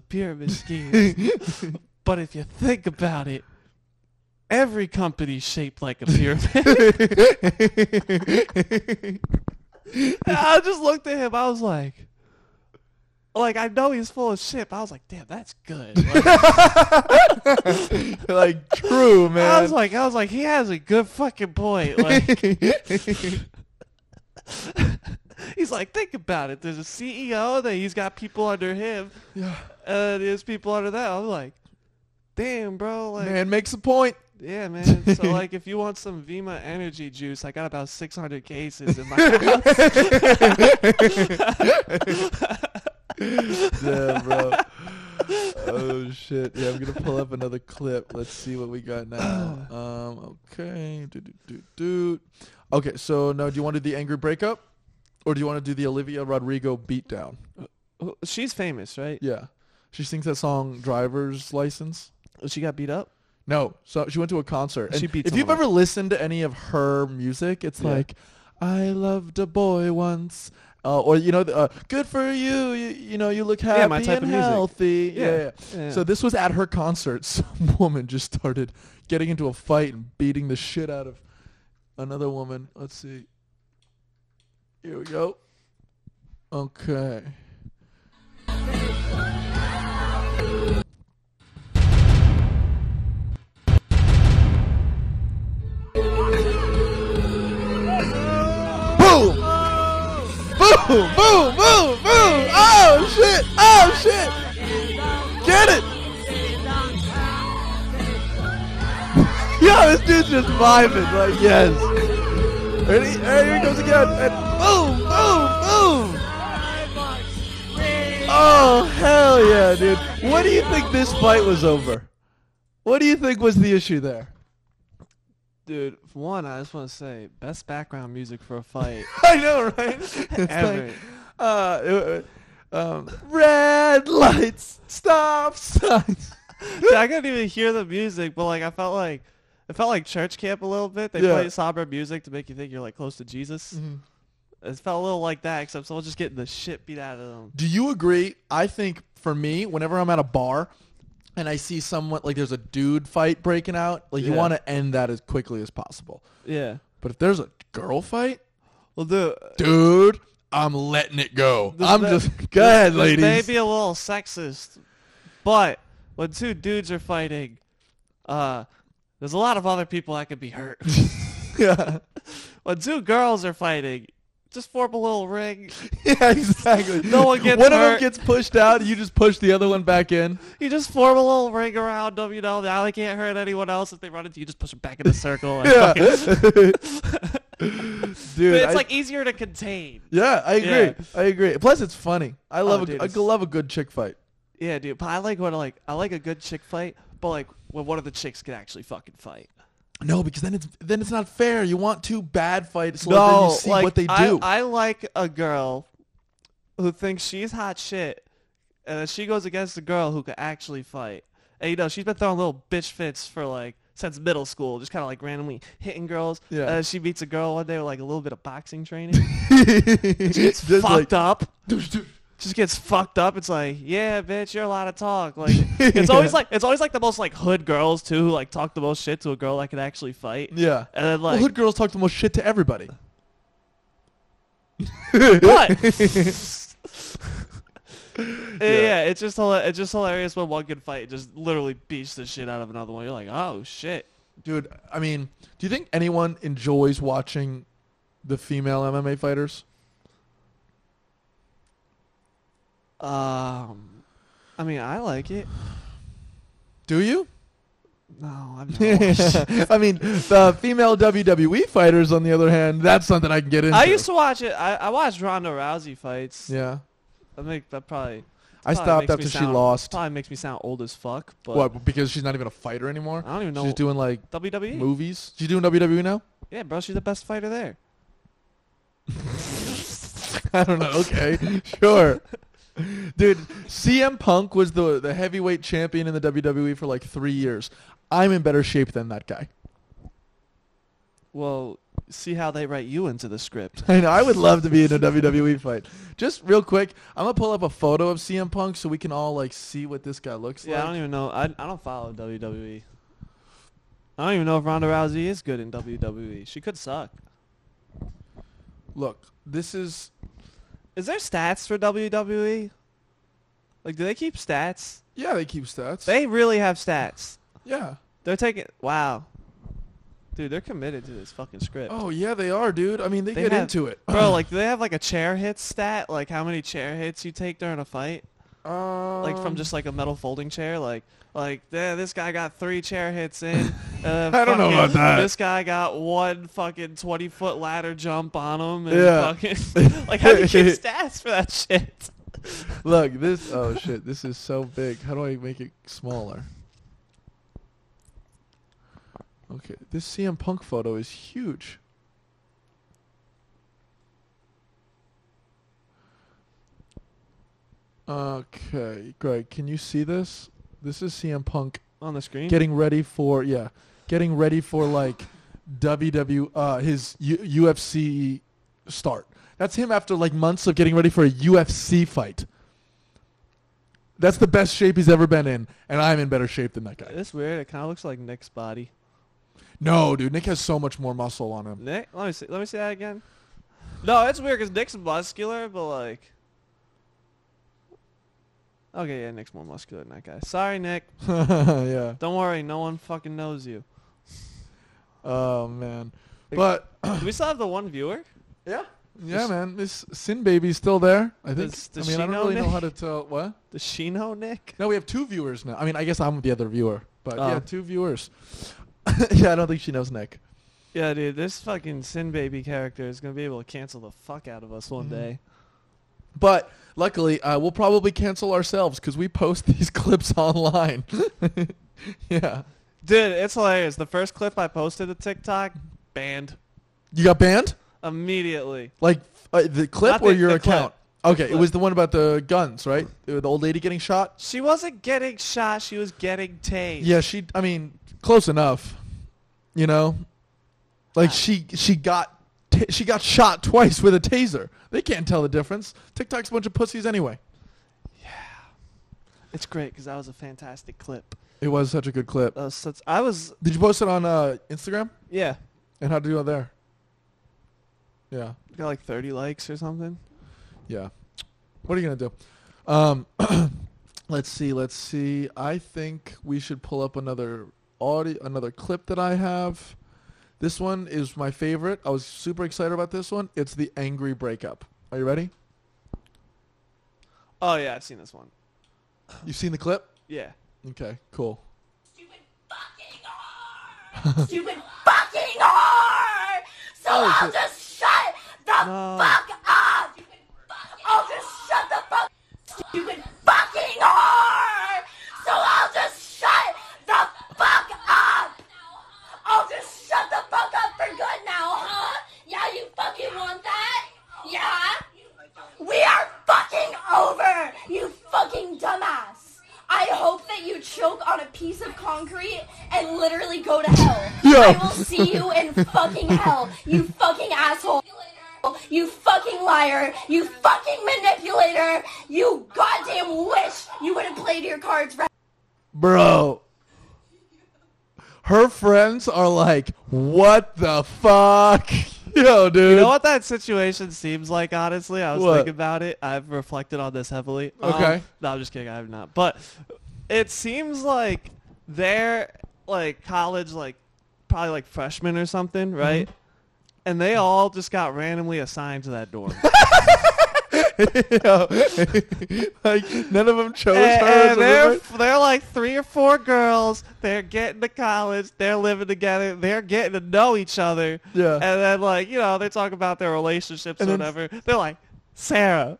pyramid scheme,
Mm-hmm.
but if you think about it, every company's shaped like a pyramid. And I just looked at him. I was like, like I know he's full of shit. But I was like, damn, that's good. Like,
like true, man.
I was like, I was like, he has a good fucking point. Like, he's like, think about it. There's a CEO, then he's got people under him,
yeah.
and there's people under that. I'm like, damn, bro. Like,
Man makes a point.
yeah, man. So like, if you want some Vima energy juice, I got about 600 cases in my house.
Yeah, bro. oh shit. Yeah, I'm gonna pull up another clip. Let's see what we got now. Um, okay. Do, do, do, do. Okay, so now do you want to do the angry breakup? Or do you want to do the Olivia Rodrigo beatdown?
She's famous, right?
Yeah. She sings that song Driver's License.
She got beat up.
No. So she went to a concert. And
She beat
if you've
someone
ever listened to any of her music, it's
Yeah.
like, I loved a boy once. Uh, or, you know, the, uh, good for you. you. You know, you look happy
Yeah, my type
and
of music.
healthy. Yeah.
Yeah.
yeah.
Yeah.
So this was at her concert. Some woman just started getting into a fight and beating the shit out of another woman. Let's see. Here we go. Okay. Boom! Boom! Boom! Boom! Boom! Oh shit! Oh shit! Get it! Yo, this dude's just vibing. Like yes. Ready? Hey, here he goes again. And boom! Boom! Boom! Oh hell yeah, dude! What do you think this fight was over? What do you think was the issue there?
Dude, for one, I just want to say best background music for a fight.
I know, right? It's
Ever.
like, uh, it- um, red lights, stop signs.
Dude, I couldn't even hear the music, but like I felt like it felt like church camp a little bit. They
Yeah.
play somber music to make you think you're like close to Jesus. It felt a little like that, except someone just getting the shit beat out of them.
Do you agree? I think for me, whenever I'm at a bar and I see someone like there's a dude fight breaking out, like you
Yeah.
want to end that as quickly as possible.
Yeah.
But if there's a girl fight,
Well, dude,
dude, I'm letting it go.
This
I'm
may-
just go ahead,
this may
ladies.
be a little sexist, But when two dudes are fighting, uh, there's a lot of other people that could be hurt.
yeah.
when two girls are fighting, just form a little ring.
Yeah, exactly.
No one gets
One of them
hurt.
gets pushed out. You just push the other one back in.
You just form a little ring around them, you know. Now they can't hurt anyone else if they run into you. Just push them back in the circle. and
Yeah,
fucking-
dude.
But it's
I-
like easier to contain.
yeah, I agree.
Yeah. Oh,
I agree. Plus, it's funny. I love a,
dude,
I
it's-
love a good chick fight.
Yeah, dude. But I like when like I like a good chick fight, but like when one of the chicks can actually fucking fight.
No, because then it's then it's not fair. You want two bad fights so that
no,
you see
like,
what they
I-
do.
I, like a girl who thinks she's hot shit, and then she goes against a girl who can actually fight. And you know, she's been throwing little bitch fits for like since middle school, just kind of like randomly hitting girls.
Yeah.
And then she meets a girl one day with like a little bit of boxing training.
it's
She gets
just like,
fucked up.
"Doosh, doosh."
Just gets fucked up. It's like, yeah, bitch, you're a lot of talk. Like, it's always like, it's always like the most like hood girls too, who like talk the most shit to a girl that can actually fight.
Yeah.
And then
well,
like,
hood girls talk the most shit to everybody.
What? yeah. it's just hila- it's just hilarious when one can fight and just literally beats the shit out of another one. You're like, oh shit.
Dude, I mean, do you think anyone enjoys watching the female MMA fighters?
Um, I mean, I like it.
Do you? Oh,
No, I'm not.
I mean, the female WWE fighters, on the other hand, that's something I can get into.
I used to watch it. I, I watched Ronda Rousey fights.
Yeah.
I think that probably.
I
probably
stopped
makes
after
me
she
sound-
lost.
Probably makes me sound old as fuck. But
What? Because she's not even a fighter anymore.
I don't even know.
She's doing like
WWE.
movies. She's doing WWE now.
Yeah, bro, she's the best fighter there.
I don't know. Okay, sure. Dude, CM Punk was the the heavyweight champion in the WWE for like three years. I'm in better shape than that guy.
Well, see how they write you into the script.
I know. I would love to be in a WWE fight. Just real quick, I'm gonna pull up a photo of CM Punk so we can all like see what this guy looks
Yeah, I don't
like.
even know. I, I don't follow WWE. I don't even know if Ronda Rousey is good in WWE. She could suck.
Look, this is
Is there stats for WWE? Like, do they keep stats?
yeah. They keep stats.
They really have stats.
yeah.
They're taking. Wow. Dude, they're committed to this fucking script.
Oh yeah, they are, dude. I mean, they,
They
get
have-
into it.
Bro, like, do they have like a chair hit stat? Like, how many chair hits you take during a fight? Like, from
Um,
just like a metal folding chair? Like, like yeah, this guy got three chair hits in. Uh,
I don't know
fucking-
about that.
This guy got one fucking twenty foot ladder jump on him. And
Yeah.
Fucking, like, how do you get stats for that shit?
Look, this. Oh shit, this is so big. How do I make it smaller? Okay, this CM Punk photo is huge. Okay, Greg, can you see this? This is CM Punk
On the screen.
getting ready for yeah, getting ready for like WW uh, his U- UFC start. That's him after like months of getting ready for a UFC fight. That's the best shape he's ever been in, and I'm in better shape than that guy.
It's weird. It kind of looks like Nick's body.
No, dude, Nick has so much more muscle on him.
Nick, let me see. Let me see that again. No, it's weird because Nick's muscular, but like. Okay, yeah, Nick's more muscular than that guy. Sorry, Nick.
yeah.
Don't worry, no one fucking knows you.
Oh man. But
Do we still have the one viewer?
yeah, yeah,
Does-
man. This Sin baby's still there. I think.
Does- does
I mean,
she
I don't
know
really know
Nick?
how to tell what.
Does she know Nick?
No, we have two viewers now. I mean, I guess I'm the other viewer, but
Oh.
yeah, two viewers. yeah, I don't think she knows Nick.
Yeah, dude, this fucking Sin Baby character is gonna be able to cancel the fuck out of us one
Mhm.
day.
But luckily, uh, we'll probably cancel ourselves because we post these clips online. yeah,
Dude, it's hilarious. The first clip I posted to TikTok, banned
you got banned?
immediately.
Like uh, the clip
Not
or
the-
your
the clip.
account? Okay, it
Clip.
was the one about the guns, right? Uh, The the old lady getting shot.
She wasn't getting shot. She was getting tased.
Yeah, she. I mean, close enough. You know, like
Ah.
she she got t- she got shot twice with a taser. They can't tell the difference. TikTok's a bunch of pussies anyway.
It's great because that was a fantastic clip.
It was such a good clip.
That was such. I was.
Did you post it on uh, Instagram?
Yeah.
And how did you go there? Yeah,
Got like 30 likes or something.
yeah. What are you gonna do? Um, Let's see, let's see. I think we should pull up another audio, another clip that I have. This one is my favorite. I was super excited about this one. It's the angry breakup. Are you ready?
Oh yeah, I've seen this one.
You've seen the clip?
Yeah.
Okay, cool.
Stupid fucking whore! Stupid fucking whore! So
Oh,
I'll
shit.
just shut the fuck up! I'll just shut the fuck Stupid fucking whore! So I'll just shut the fuck up! I'll Oh, just shut the fuck up for good now, huh? Yeah, you fucking want that? Yeah? We are fucking over, you fucking dumbass! I hope that you choke on a piece of concrete and literally go to hell.
Yo.
I will see you in fucking hell, you fucking asshole. You fucking liar. You fucking manipulator. You goddamn wish you would have played your cards right.
Bro. Her friends are like, what the fuck? Yo, dude.
You know what that situation seems like, honestly? I was
What?
thinking about it. I've reflected on this heavily. Um,
Okay.
no, I'm just kidding. I have not. But it seems like they're like college, like probably like freshmen or something,
Mm-hmm.
right? And they all just got randomly assigned to that dorm.
like, none of them chose
and,
her.
and
as a
Eh, they're
roommate?
they're like three or four girls. They're getting to college. They're living together. They're getting to know each other.
Yeah.
And then like you know they're talking about their relationships
And
or
then-
whatever. They're like, Sarah,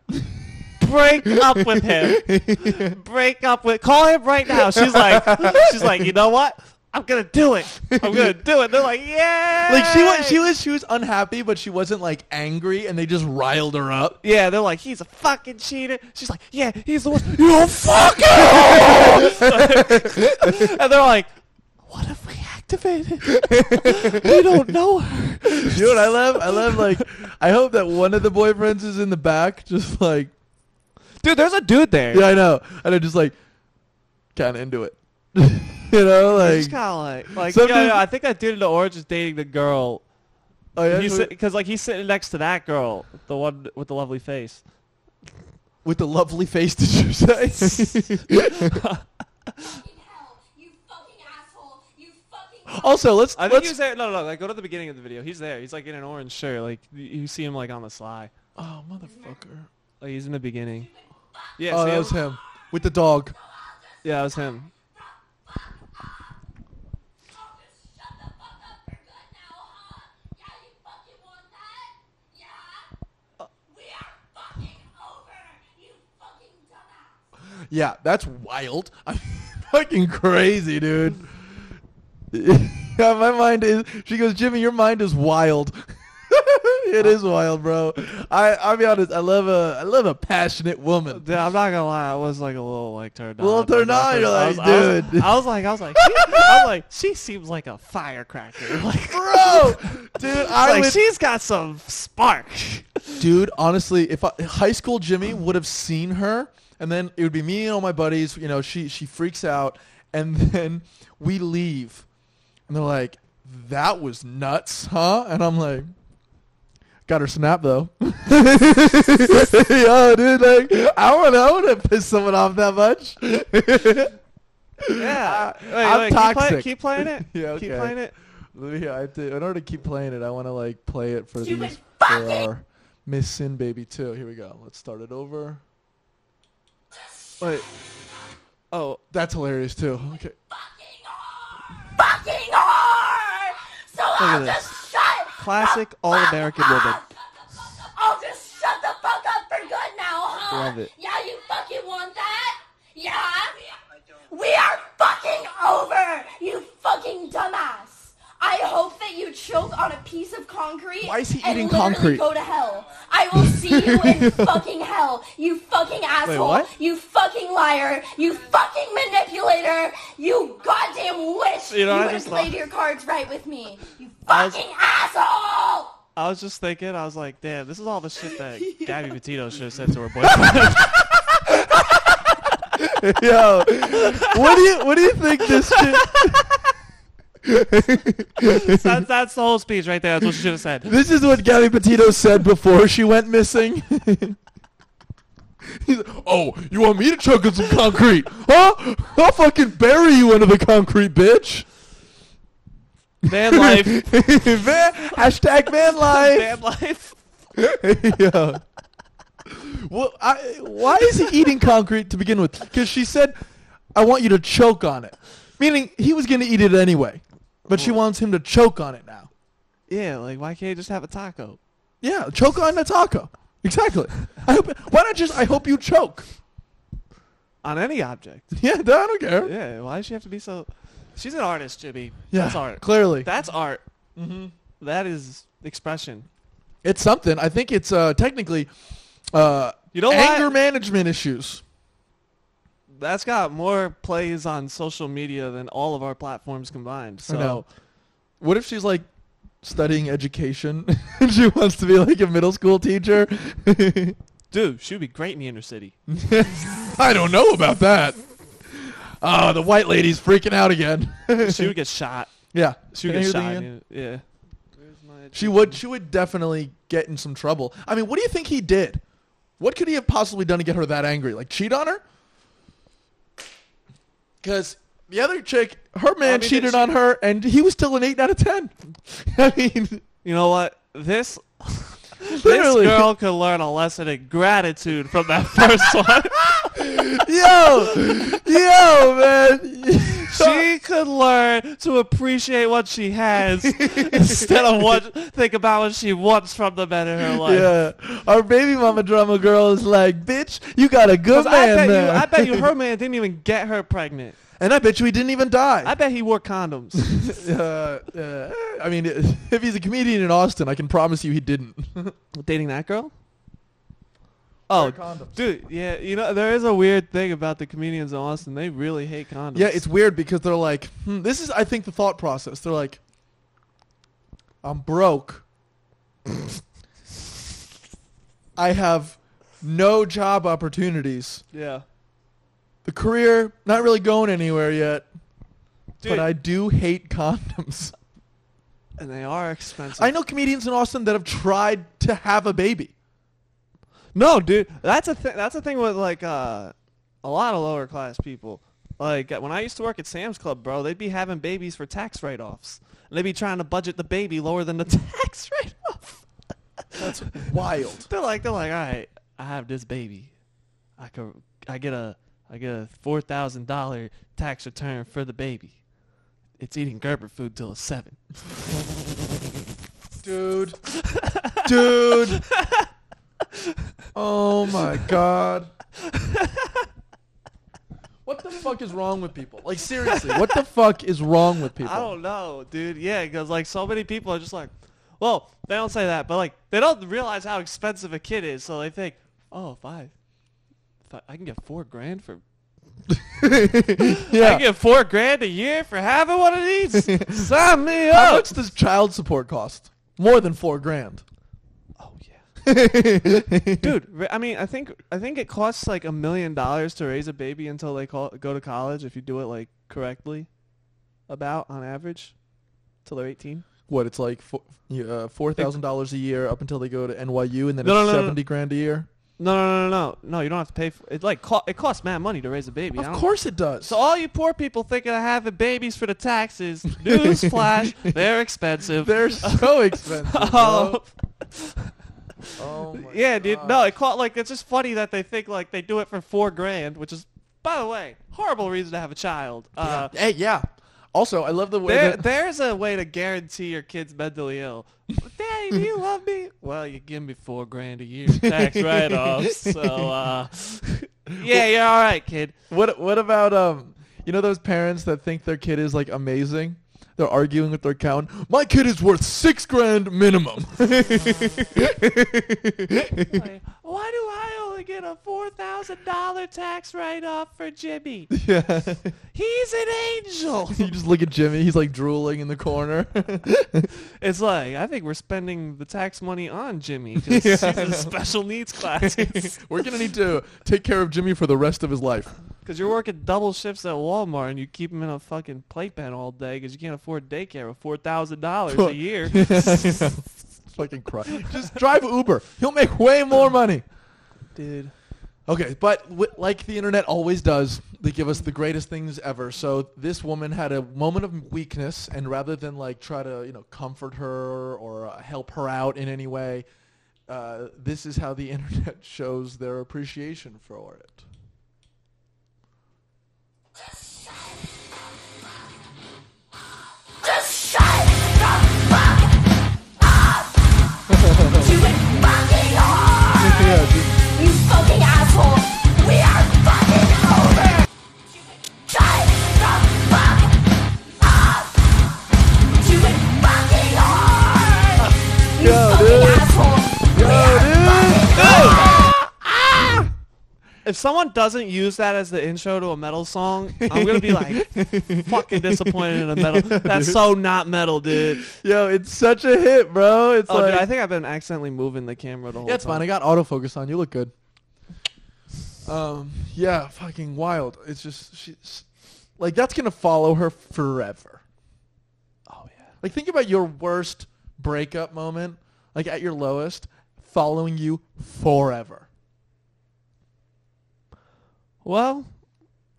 break up with him. break up with. Call him right now. She's like, she's like, you know what? I'm gonna do it. I'm gonna do it. They're like, yeah.
Like she was, she was, she was unhappy, but she wasn't like angry, and they just riled her up.
Yeah, they're like, he's a fucking cheater. She's like, yeah, he's the one. You fucking. hoe!" and they're like, what if we activated? we don't know her.
Dude, I love, I love. Like, I hope that one of the boyfriends is in the back, just like,
Dude, there's a dude there.
yeah, I know, and I'm just like, kind of into it, you know,
It's
like,
kind of like, like
Some
yo, yo,
dude-
I think that dude in the orange is dating the girl.
oh, yeah,
Because like he's sitting next to that girl, the one with the lovely face.
with the lovely face. Did you say?
You fucking asshole. You fucking.
also, let's
I think
let's.
he was there. No, no, no, like go to the beginning of the video. He's there. He's like in an orange shirt. Like y- you see him like on the sly.
oh, motherfucker!
Like he's in the beginning. Yeah,
Oh,
see
that
him?
was him with the dog.
Yeah, it was him.
I'll just shut the fuck up for good now, huh? Yeah, you fucking want that? Yeah? We are fucking over, you fucking dumbass.
Yeah, that's wild. I'm fucking crazy, dude. yeah, my mind is. She goes, Jimmy, your mind is wild. it is wild, bro. I I'll be honest. I love a I love a passionate woman.
Dude, I'm not gonna lie, I was like a little like turned on.
Little
I'm not
turned on,
gonna-
you're
I
like,
was- I was,
dude.
I was like, I was like, she, I was like, she seems like a firecracker. Like,
Bro, dude, I
like
would,
she's got some spark.
dude. Honestly, if I, high school Jimmy would have seen her, and then it would be me and all my buddies. You know, she she freaks out, and then we leave, and they're like, "That was nuts, huh?" And I'm like, "Got her snap though." Yo, dude, like I would I would have pissed someone off that much.
Yeah, wait,
I'm
wait, keep play-
toxic.
Keep, playing it.
Yeah,
keep
okay.
playing it.
Let me- I have to, in order to keep playing it, I want to like play it for
Stupid
these for
fucking-
our Miss Sin Baby too. Here we go. Let's start it over. Wait. Oh, that's hilarious too. Okay.
Fucking whore! So I'll
at this.
just shut
Classic all American woman.
I'll Oh, just shut the fuck up for good now, huh?
Love it.
Yeah, you fucking want that? Yeah? We are fucking over, you fucking dumbass. I hope that you choke on a piece of concrete
Why is he
and
eating
literally
concrete?
go to hell. I will see you in fucking hell, you fucking asshole,
what?
you fucking liar, you fucking manipulator, you goddamn wish
You know, I
would have
just
played
love-
your cards right with me, you
I was-
fucking asshole!
I was just thinking, I was like, damn, this is all the shit that Gabby Petito should have said to her boyfriend.
Yo, what do you what do you think this? Chick,
that's, that's the whole speech right there. That's what she should have said.
this is what Gabby Petito said before she went missing. He's like, oh, you want me to choke on some concrete? Huh? I'll fucking bury you under the concrete, bitch.
Van life.
Van- hashtag man life.
Van life.
Yo. Well, I, why is he eating concrete to begin with? Because she said, I want you to choke on it. Meaning he was going to eat it anyway. But she wants him to choke on it now.
Yeah, like why can't you just have a taco?
Yeah, choke on the taco. Exactly. I hope. Why not just? I hope you choke.
On any object.
Yeah, I don't care. Yeah,
Yeah, why does she have to be so She's an artist, Jimmy. That's art.
clearly,
That's art. Mm-hmm. is expression.
it's something. I think it's uh, technically uh,
You know
anger
what?
management issues.
That's got more plays on social media than all of our platforms combined.
I know.
So
what if she's like studying education and she wants to be like a middle school teacher?
dude, she'd be great in the inner city.
I don't know about that. Oh, the white lady's freaking out again.
she would get shot.
yeah,
She would
Can I
get
hear that
shot.
again?
in- Yeah.
She would. She would definitely get in some trouble. I mean, what do you think he did? What could he have possibly done to get her that angry? Like cheat on her? Because the other chick, her man
mean, did
cheated
she-
on her, and he was still an eight out of ten. I mean,
You know what? This this
Literally.
girl could learn a lesson in gratitude from that first one.
yo, yo, man.
She could learn to appreciate what she has instead of what think about what she wants from the men in her life.
Yeah, our baby mama drama girl is like, bitch, you got a good
'Cause I
man
bet
there.
you, I bet you, her man didn't even get her pregnant.
and I bet you he didn't even die.
I bet he wore condoms.
uh, uh, I mean, if he's a comedian in Austin, I can promise you he didn't.
Dating that girl? Oh,
condoms.
dude, yeah, you know there is a weird thing about the comedians in Austin. They really hate condoms.
yeah, it's weird because they're like, hmm, this is, I think, the thought process. They're like, I'm broke. I have no job opportunities.
yeah,
The career, not really going anywhere yet.
dude,
But I do hate condoms.
and they are expensive.
I know comedians in Austin that have tried to have a baby.
No, dude, that's a th- that's a thing with like uh, a lot of lower class people. Like when I used to work at Sam's Club, bro, they'd be having babies for tax write offs. They'd be trying to budget the baby lower than the tax write off.
That's wild.
They're like, they're like, all right, I have this baby, I could, I get a, I get a four thousand dollar tax return for the baby. It's eating Gerber food till it's seven.
Dude. Dude. Oh my god. What the fuck is wrong with people? Like seriously, what the fuck is wrong with people?
I don't know, dude. Yeah, because like so many people are just like, well, they don't say that, but like they don't realize how expensive a kid is, so they think, oh, five, I, I can get four grand for, I
yeah.
can get four grand a year for having one of these. Sign me
How
up.
much does child support cost? More than 4 grand.
Oh yeah, dude. re- I mean, I think I think it costs like a million dollars to raise a baby until they call, go to college if you do it like correctly, about on average, till they're eighteen.
What, it's like four- uh, $4,000 a year up until they go to NYU and then
No,
it's
no, no, no.
70 grand a year?
No, no, no, no, no. No, you don't have to pay for it. Like, co- it costs mad money to raise a baby. I
Of
don't-
course it does.
So all you poor people thinking of having babies for the taxes, newsflash, they're expensive.
They're so expensive. bro.
Oh,
Oh my
yeah, dude.
God.
No, it cost like it's just funny that they think like they do it for four grand, which is, by the way, horrible reason to have a child. Uh,
Hey, yeah. Also, I love the way
there,
that-
there's a way to guarantee your kid's mentally ill. Daddy, do you love me? Well, you give me four grand a year in tax write-offs, so uh, yeah, you're all right, kid.
What what about um you know those parents that think their kid is like amazing? They're arguing with their accountant. My kid is worth six grand minimum.
Like, Why do I only get a four thousand dollar tax write off for Jimmy?
yeah.
He's an angel.
You just look at Jimmy. He's like drooling in the corner.
It's like I think we're spending the tax money on Jimmy because he's in special needs classes.
We're gonna need to take care of Jimmy for the rest of his life.
Because you're working double shifts at Walmart and you keep him in a fucking playpen all day because you can't afford daycare with four thousand dollars a year.
Fucking cry. Just drive Uber. He'll make way more money.
Dude,
Okay, but w- like the internet always does, they give us the greatest things ever. So this woman had a moment of weakness, and rather than like try to you know comfort her or uh, help her out in any way, uh, this is how the internet shows their appreciation for it.
Just shut the fuck up! you fucking whore!
Yeah, dude.
You fucking asshole! We are fucking over! Shut the fuck up! You fucking whore! You fucking asshole! we are
If someone doesn't use that as the intro to a metal song, I'm gonna be like fucking disappointed in a metal. That's so not metal, dude.
Yo, it's such a hit, bro. It's
Oh,
like
dude, I think I've been accidentally moving the camera the whole
yeah, it's fine.
time.
I got autofocus on. You look good. Um, yeah, fucking wild. It's just she's like that's gonna follow her forever.
Oh yeah.
Like think about your worst breakup moment, like at your lowest, following you forever.
Well,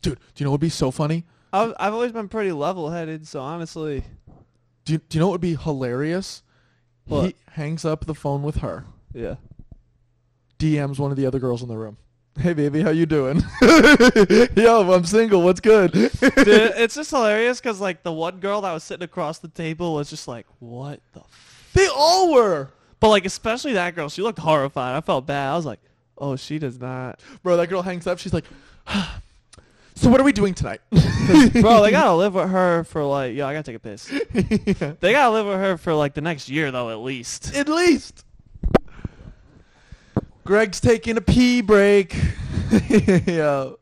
Dude, do you know what would be so funny?
I've, I've always been pretty level-headed, so honestly,
Do you, do you know what would be hilarious?
What?
He hangs up the phone with her,
yeah.
DMs one of the other girls in the room. Hey baby, how you doing? Yo, I'm single. What's good?
Dude, it's just hilarious because like the one girl that was sitting across the table was just like, "What the?" F-?
they all were.
But like, especially that girl, she looked horrified. I felt bad. I was like, "Oh, she does not."
Bro, that girl hangs up. She's like, "So what are we doing tonight?"
Bro, they gotta live with her for like, yo, I gotta take a piss. They gotta live with her for like the next year though, at least.
At least. Greg's taking a pee break. Yo.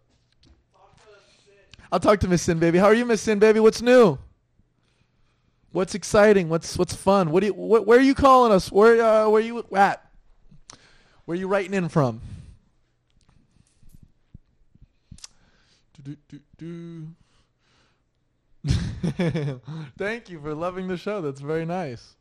I'll talk to Miss Sin Baby. How are you, Miss Sin Baby? What's new? What's exciting? What's what's fun? What do you, wh- where are you calling us? Where uh, where you at? Where you writing in from? Do-do-do-do. Thank you for loving the show. That's very nice.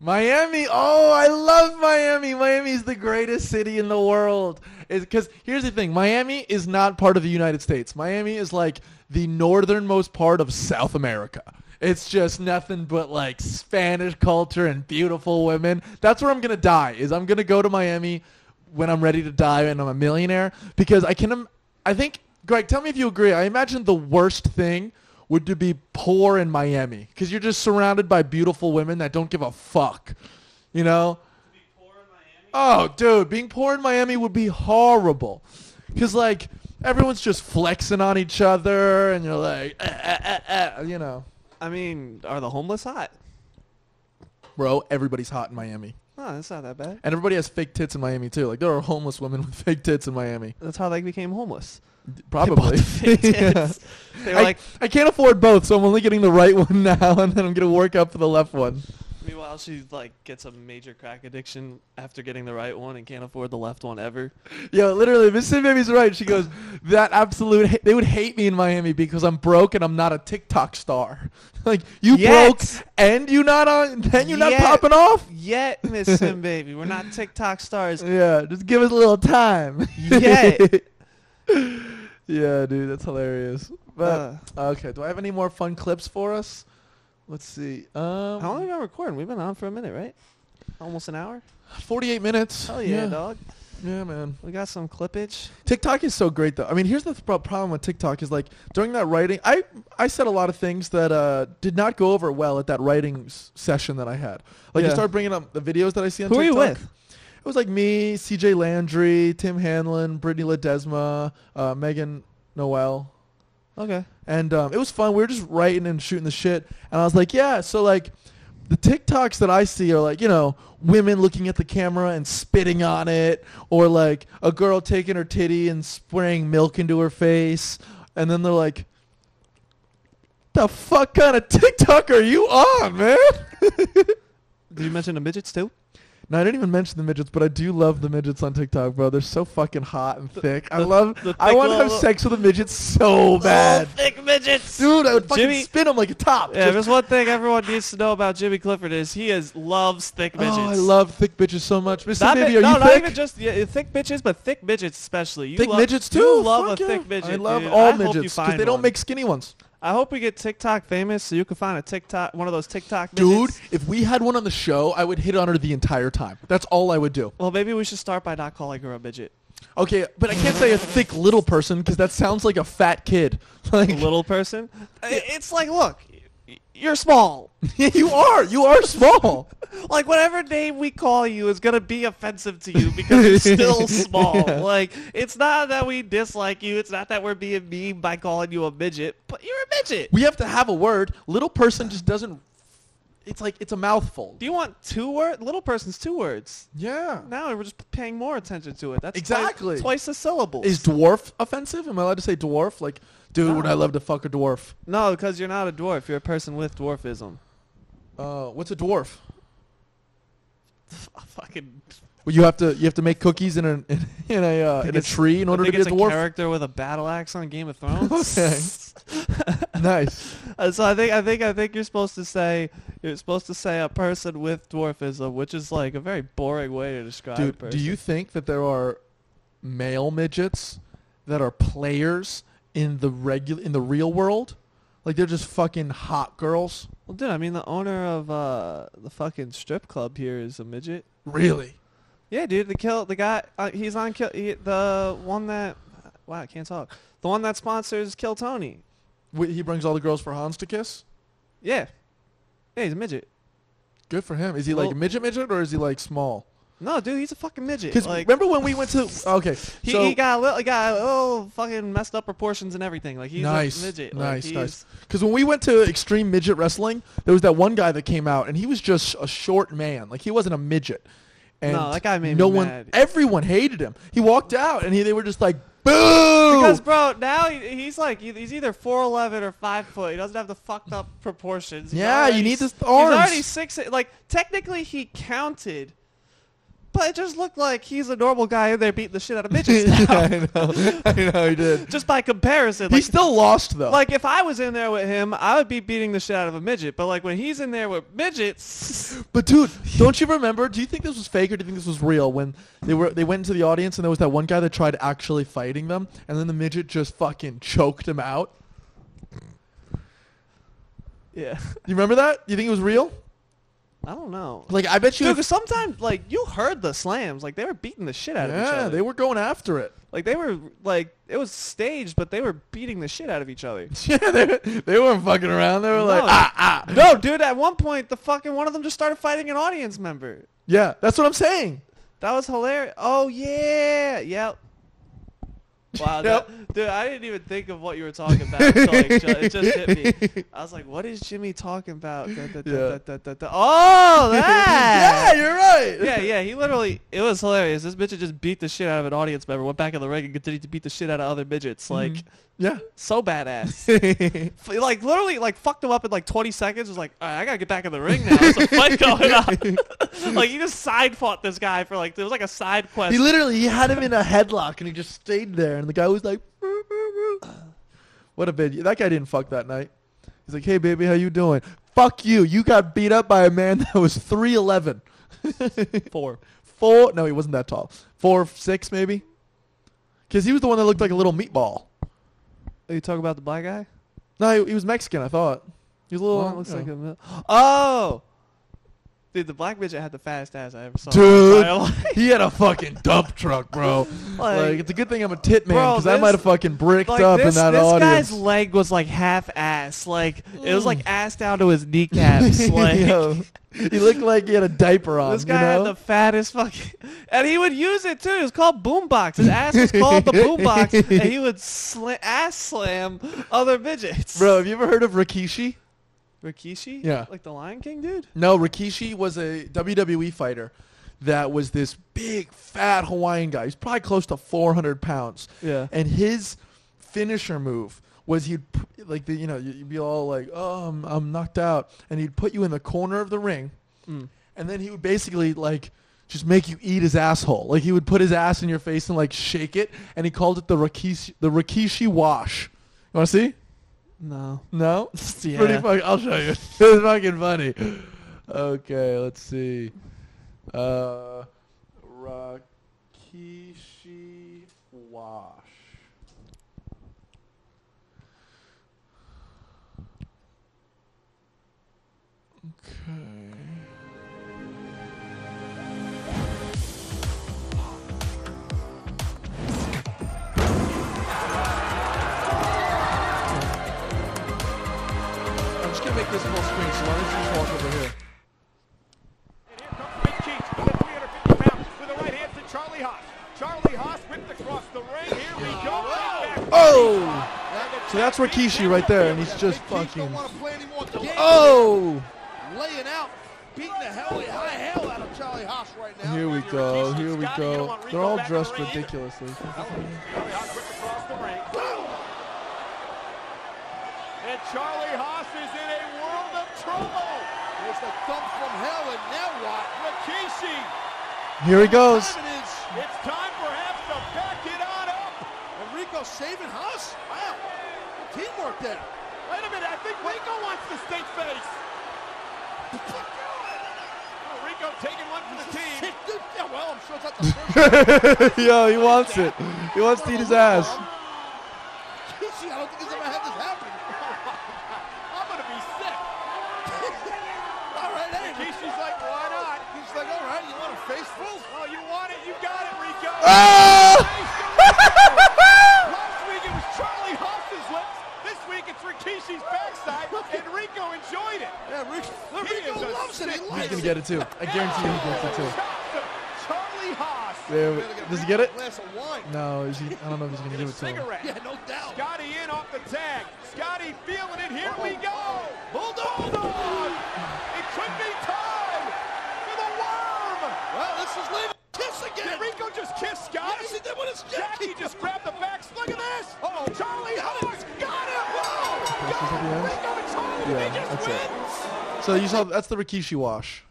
Miami. Oh, I love Miami. Miami's the greatest city in the world. Because here's the thing Miami is not part of the United States. Miami is like the northernmost part of South America. It's just nothing but like Spanish culture and beautiful women. That's where I'm going to die, is I'm going to go to Miami when I'm ready to die and I'm a millionaire. Because I can, im- I think, Greg, tell me if you agree. I imagine the worst thing would to be poor in Miami because you're just surrounded by beautiful women that don't give a fuck. You know? Oh, dude, being poor in Miami would be horrible. Because, like, everyone's just flexing on each other, and you're like, eh, eh, eh, eh, you know.
I mean, are the homeless hot?
Bro, everybody's hot in Miami.
No, that's not that bad.
And everybody has fake tits in Miami, too. Like, there are homeless women with fake tits in Miami.
That's how they became homeless.
Probably. Yeah.
They were
I,
like,
I can't afford both, so I'm only getting the right one now, and then I'm going to work up for the left one.
meanwhile, she like gets a major crack addiction after getting the right one and can't afford the left one ever.
Yo, literally, Miss Sin Baby's right. She goes, that absolute, ha- they would hate me in Miami because I'm broke and I'm not a TikTok star. like, you
Yet.
broke and you not on, and you not
Yet.
popping off?
Yet, Miss Sim Baby, we're not TikTok stars.
Yeah, just give us a little time.
Yet.
yeah, dude, that's hilarious. But, okay, do I have any more fun clips for us? Let's see. Um,
How long have we been recording? We've been on for a minute, right? Almost an hour.
48 minutes.
Hell yeah, dog.
Yeah, man.
We got some clippage.
TikTok is so great though. I mean, here's the pro- problem with TikTok is like during that writing, I I said a lot of things that uh, did not go over well at that writing s- session that I had. Like you
Yeah.
start bringing up the videos that I see on
Who were you
TikTok.
with?
It was like me, C.J. Landry, Tim Hanlon, Brittany Ledesma, uh, Megan Noel.
Okay.
And um, it was fun. We were just writing and shooting the shit. And I was like, yeah. So like, the TikToks that I see are like, you know, women looking at the camera and spitting on it, or like a girl taking her titty and spraying milk into her face. And then they're like, the fuck kind of TikTok are you on, man?
Did you mention the midgets too?
Now I didn't even mention the midgets, but I do love the midgets on TikTok, bro. They're so fucking hot and thick. I love.
the
I
thick
want to have
little-
sex with a midget so bad,
thick midgets.
dude. I would fucking
Jimmy-
spin them like a top.
Yeah,
Just-
there's one thing everyone needs to know about Jimmy Clifford is he is loves thick midgets.
Oh, I love thick bitches so much. Mr.
Not
Navy,
mi-
are
no,
you
not
thick?
even just yeah, thick bitches, but thick midgets especially. You
thick
love,
midgets too.
You love
Fuck
a
yeah.
thick midget.
I love
dude.
all
I hope you
midgets because
find
they don't
one.
make skinny ones.
I hope we get TikTok famous so you can find a TikTok, one of those TikTok
Dude,
midgets.
if we had one on the show, I would hit on her the entire time. That's all I would do.
Well, maybe we should start by not calling her a midget.
Okay, but I can't say a thick little person because that sounds like a fat kid. Like
A little person. I- It's like, look, y- you're small.
you are, you are small.
Like whatever name we call you is gonna be offensive to you because you're still small. Like it's not that we dislike you. It's not that we're being mean by calling you a midget, but you're a midget.
We have to have a word. Little person just doesn't. It's like it's a mouthful.
Do you want two words? Little person's two words.
Yeah.
Now we're just paying more attention to it. That's
Exactly.
twice, twice the syllables.
Is dwarf offensive? Am I allowed to say dwarf? Like, dude, would I love to fuck a dwarf?
no, because you're not a dwarf. You're a person with dwarfism.
Uh, what's a dwarf?
Fucking.
Well, you have to you have to make cookies in a in, in a uh, in a
it's-
tree in
I
order to
think
be a
it's
dwarf.
character with a battle axe on Game of Thrones.
nice.
Uh, so I think I think I think you're supposed to say you're supposed to say a person with dwarfism, which is like a very boring way to describe. a
Dude, do
person.
you think that there are male midgets that are players in the regular in the real world? Like they're just fucking hot girls?
Well, dude, I mean the owner of uh, the fucking strip club here is a midget.
Really?
Yeah, dude, the kill the guy uh, he's on kill he, the one that wow I can't talk the one that sponsors Kill Tony.
Wait, he brings all the girls for Hans to kiss?
Yeah, yeah, he's a midget.
Good for him. Is he like
Well-
midget midget or is he like small?
No, dude, he's a fucking midget.
Because
like,
remember when we went to okay,
He,
so
he got a little, he got a little fucking messed up proportions and everything. Like he's
nice,
a midget. Like,
nice,
he's-
nice. Because when we went to Extreme Midget Wrestling, there was that one guy that came out, and he was just a short man. Like he wasn't a midget. And
No, that guy made me
no one,
mad.
everyone hated him. He walked out, and he, they were just like, "Boo!"
Because bro, now he, he's like he- he's either four eleven or five foot. He doesn't have the fucked up proportions. He's
Yeah, you
already
need
s-
his
He's
arms.
already six. Like technically, he counted, but it just looked like he's a normal guy in there beating the shit out of midgets
Yeah,
now.
I know, I know, he did.
just by comparison,
he
like,
still lost though.
like if I was in there with him, I would be beating the shit out of a midget. But like when he's in there with midgets,
But dude, don't you remember? Do you think this was fake or do you think this was real? When they were they went into the audience and there was that one guy that tried actually fighting them, and then the midget just fucking choked him out.
yeah,
You remember that? You think it was real?
I don't know.
Like I bet you.
Dude,
if-
because sometimes like you heard the slams, like they were beating the shit out of each
yeah,
other.
they were going after it.
like they were like it was staged, but they were beating the shit out of each other.
Yeah, they, they weren't fucking around. They were like,
No.
ah, ah.
No, dude, at one point the fucking one of them just started fighting an audience member.
Yeah, that's what I'm saying.
That was hilarious. Oh yeah, yep. Wow,
Yep.
that- dude, I didn't even think of what you were talking about. Until like, ju- it just hit me. I was like, "What is Jimmy talking about?" Da, da, da,
Yeah.
da, da, da, da. Oh,
yeah,
that.
you're right.
yeah, yeah. He literally, it was hilarious. This midget just beat the shit out of an audience member, went back in the ring, and continued to beat the shit out of other midgets. Like,
yeah.
so badass.
Yeah.
F- like literally like fucked him up in like 20 seconds was like all right, i gotta get back in the ring now there's a fight going on like he just side fought this guy for like there was like a side quest
He literally he had him in a headlock and he just stayed there and the guy was like "Boo, boo, boo." What a bitch. That guy didn't fuck that night. He's like, "Hey baby, how you doing?" "Fuck you. You got beat up by a man that was 3'11."
four
4 No, he wasn't that tall. 4 6 maybe. Cuz he was the one that looked like a little meatball.
are you talking about the black guy
No, he, he was Mexican, I thought. He was a little
Well, it looks
yeah.
like a mil- oh dude the black midget had the fattest ass i ever saw
Dude, he had a fucking dump truck, bro. like,
Like-
it's a good thing I'm a tit man
Bro,
because I
this-
might have fucking bricked
like
up
this,
in that
this
audience. Mm.
guy's leg was like half ass like it was like ass down to his kneecaps like
Yo, he looked like he had a diaper on.
This guy
you know?
had the fattest fucking, and he would use it too. It was called boombox. His ass was called the boombox, and he would sla- ass slam other midgets.
Bro, have you ever heard of Rikishi?
Rikishi,
Yeah.
like the Lion King dude.
No, Rikishi was a WWE fighter that was this big, fat Hawaiian guy. He's probably close to 400 pounds.
Yeah.
And his finisher move was he'd, p- like, the, you know, you'd be all like, oh, I'm, I'm knocked out. And he'd put you in the corner of the ring. And then he would basically, like, just make you eat his asshole. Like he would put his ass in your face and like shake it, and he called it the Rikishi, the Rikishi wash. You want to see?
No.
No,
Yeah.
pretty fucking. I'll show you. it's fucking funny. Okay, let's see. Uh, Rakishi Wash. Okay. I'm just gonna make this full screen, so why don't you just walk over here?
And here comes Big Cheeks with a 350 pounds with a right hand to Charlie Haas. Charlie Haas whipped across the ring. Here we go. Right back.
Oh! So that's Rikishi right there, and he's just fucking. Oh!
Laying out, beating the hell, high hell out of Charlie Haas right now.
Here we go, here we go. They're all dressed ridiculously.
Charlie Haas whipped across the ring. And Charlie Haas is in a world of trouble.
There's the thump from hell, and now what?
Rikishi,
Here he goes.
Time it is.
it's time perhaps to back it on up.
Enrico saving Haas. Wow, teamwork there.
Wait a minute, I think Rico wants to stink face. Oh, Rico taking one for the team.
Shit, dude. Yeah, well, I'm sure it's not the first
Yo, he wants it. He wants to eat his ass.
Rikishi, I don't think he's ever had this happen.
I'm gonna be sick.
All right, hey.
Rikishi's like, why not?
He's like, all right, you want a face full?
Oh, you want it? You got it, Rico.
Ah!
Last week it was Charlie Hoffman's lips. This week it's Rikishi's backside, and Rico enjoyed it.
Yeah, Rick,
He is a
Rico loves it. He
sick-
He's
likes
gonna
it.
get it too. I guarantee he gets it too.
Chops of Charlie Haas.
There we- Does he get it?
Glass of wine.
No, is he, I don't know if he's gonna
And a
give it to him.
cigarette.
Yeah, no doubt.
Scotty in off the tag. Scotty feeling it. Here we go. Bulldog. It could be tied for the worm.
Well, this is leaving. Kiss again.
Did Rico just kiss Scotty?
Yes, he did with his
Jackie
jacket.
just grabbed the back. Look at this. Oh, Charlie Haas got it. Whoa.
This is at the end?
Rico and Charlie, did
Yeah,
they
that's
just
it.
win?
So you saw that's the Rikishi wash.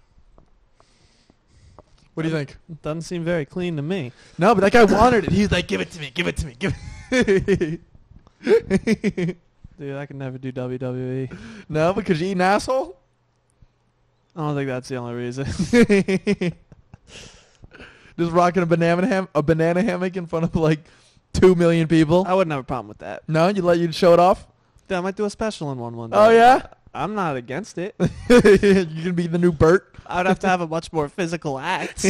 What do you think?
Doesn't seem very clean to me.
No, but that guy wanted it. He's like, give it to me, give it to me, give it.
Dude, I could never do E. WWE.
no, because you eat an asshole.
I don't think that's the only reason.
Just rocking a banana ham, a banana hammock in front of like two million people.
I wouldn't have a problem with that.
No, you let you show it off.
Dude, I might do a special in one one day.
Oh yeah,
I'm not against it.
you gonna be the new Bert.
I would have to have a much more physical act.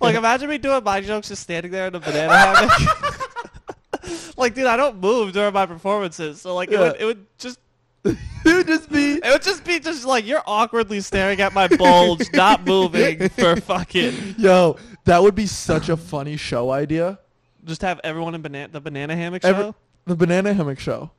like imagine me doing my jokes just standing there in a banana hammock. like, dude, I don't move during my performances, so like it,
Yeah.
would, it would just
It would just be.
it would just be just like you're awkwardly staring at my bulge, not moving for fucking.
Yo, that would be such a funny show idea.
Just have everyone in banana the banana hammock show.
Every, the banana hammock show.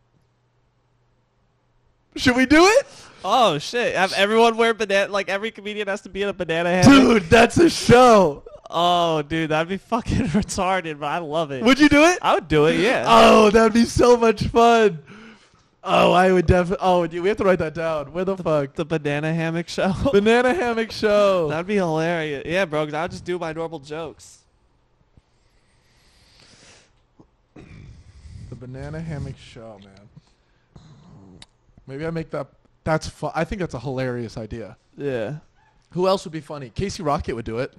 Should we do it?
Oh shit! Have everyone wear banana? Like every comedian has to be in a banana hammock.
Dude, that's a show.
Oh, dude, that'd be fucking retarded, but I love it.
Would you do it?
I would do it, yeah.
Oh, that'd be so much fun. Oh, I would definitely. Oh, dude, we have to write that down. Where the fuck?
the banana hammock show.
Banana hammock show.
That'd be hilarious. Yeah, bro, 'cause I would just do my normal jokes.
The banana hammock show, man. Maybe I make that. That's fun. I think that's a hilarious idea.
Yeah.
Who else would be funny? Casey Rocket would do it.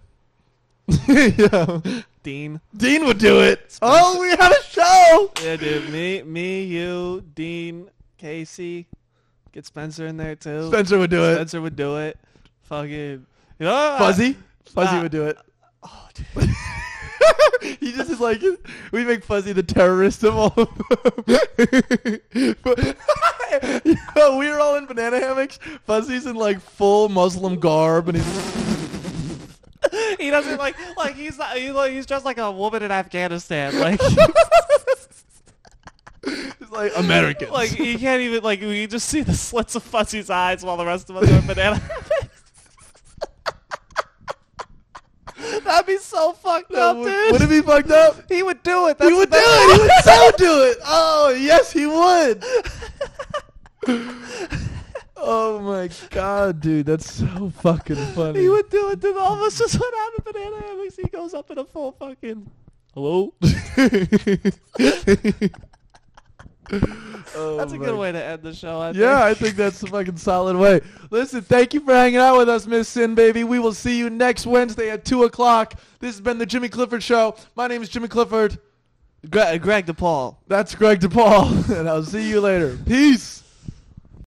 yeah.
Dean.
Dean would do it. Oh, we had a show.
Yeah, dude. Me, me, you, Dean, Casey. Get Spencer in there too.
Spencer would do it.
Spencer would do it. Fucking. You know,
Fuzzy. Fuzzy
Ah.
would do it. uh, he just is like, we make Fuzzy the terrorist of all of them. Yo, we were all in banana hammocks. Fuzzy's in like full Muslim garb and he's
I- he doesn't like like he's not, he, like, he's just like a woman in Afghanistan. Like
he's like, Americans.
like you can't even like you just see the slits of Fuzzy's eyes while the rest of us are in banana. hammocks. That'd be so fucked up, dude.
would it be fucked up?
He would do it. That's
He would do
the-
it. He would so do it. Oh, yes, he would. Oh my god, dude, that's so fucking funny.
He would do it to all of us just went out of banana hammocks. He goes up in a full fucking.
Hello.
That's a good way to end the show. I
Yeah,
think.
I think that's a fucking solid way. Listen, thank you for hanging out with us, Miss Sin Baby. We will see you next Wednesday at two o'clock. This has been the Jimmy Clifford Show. My name is Jimmy Clifford.
Gre- Greg DePaul.
That's Greg DePaul, and I'll see you later. Peace.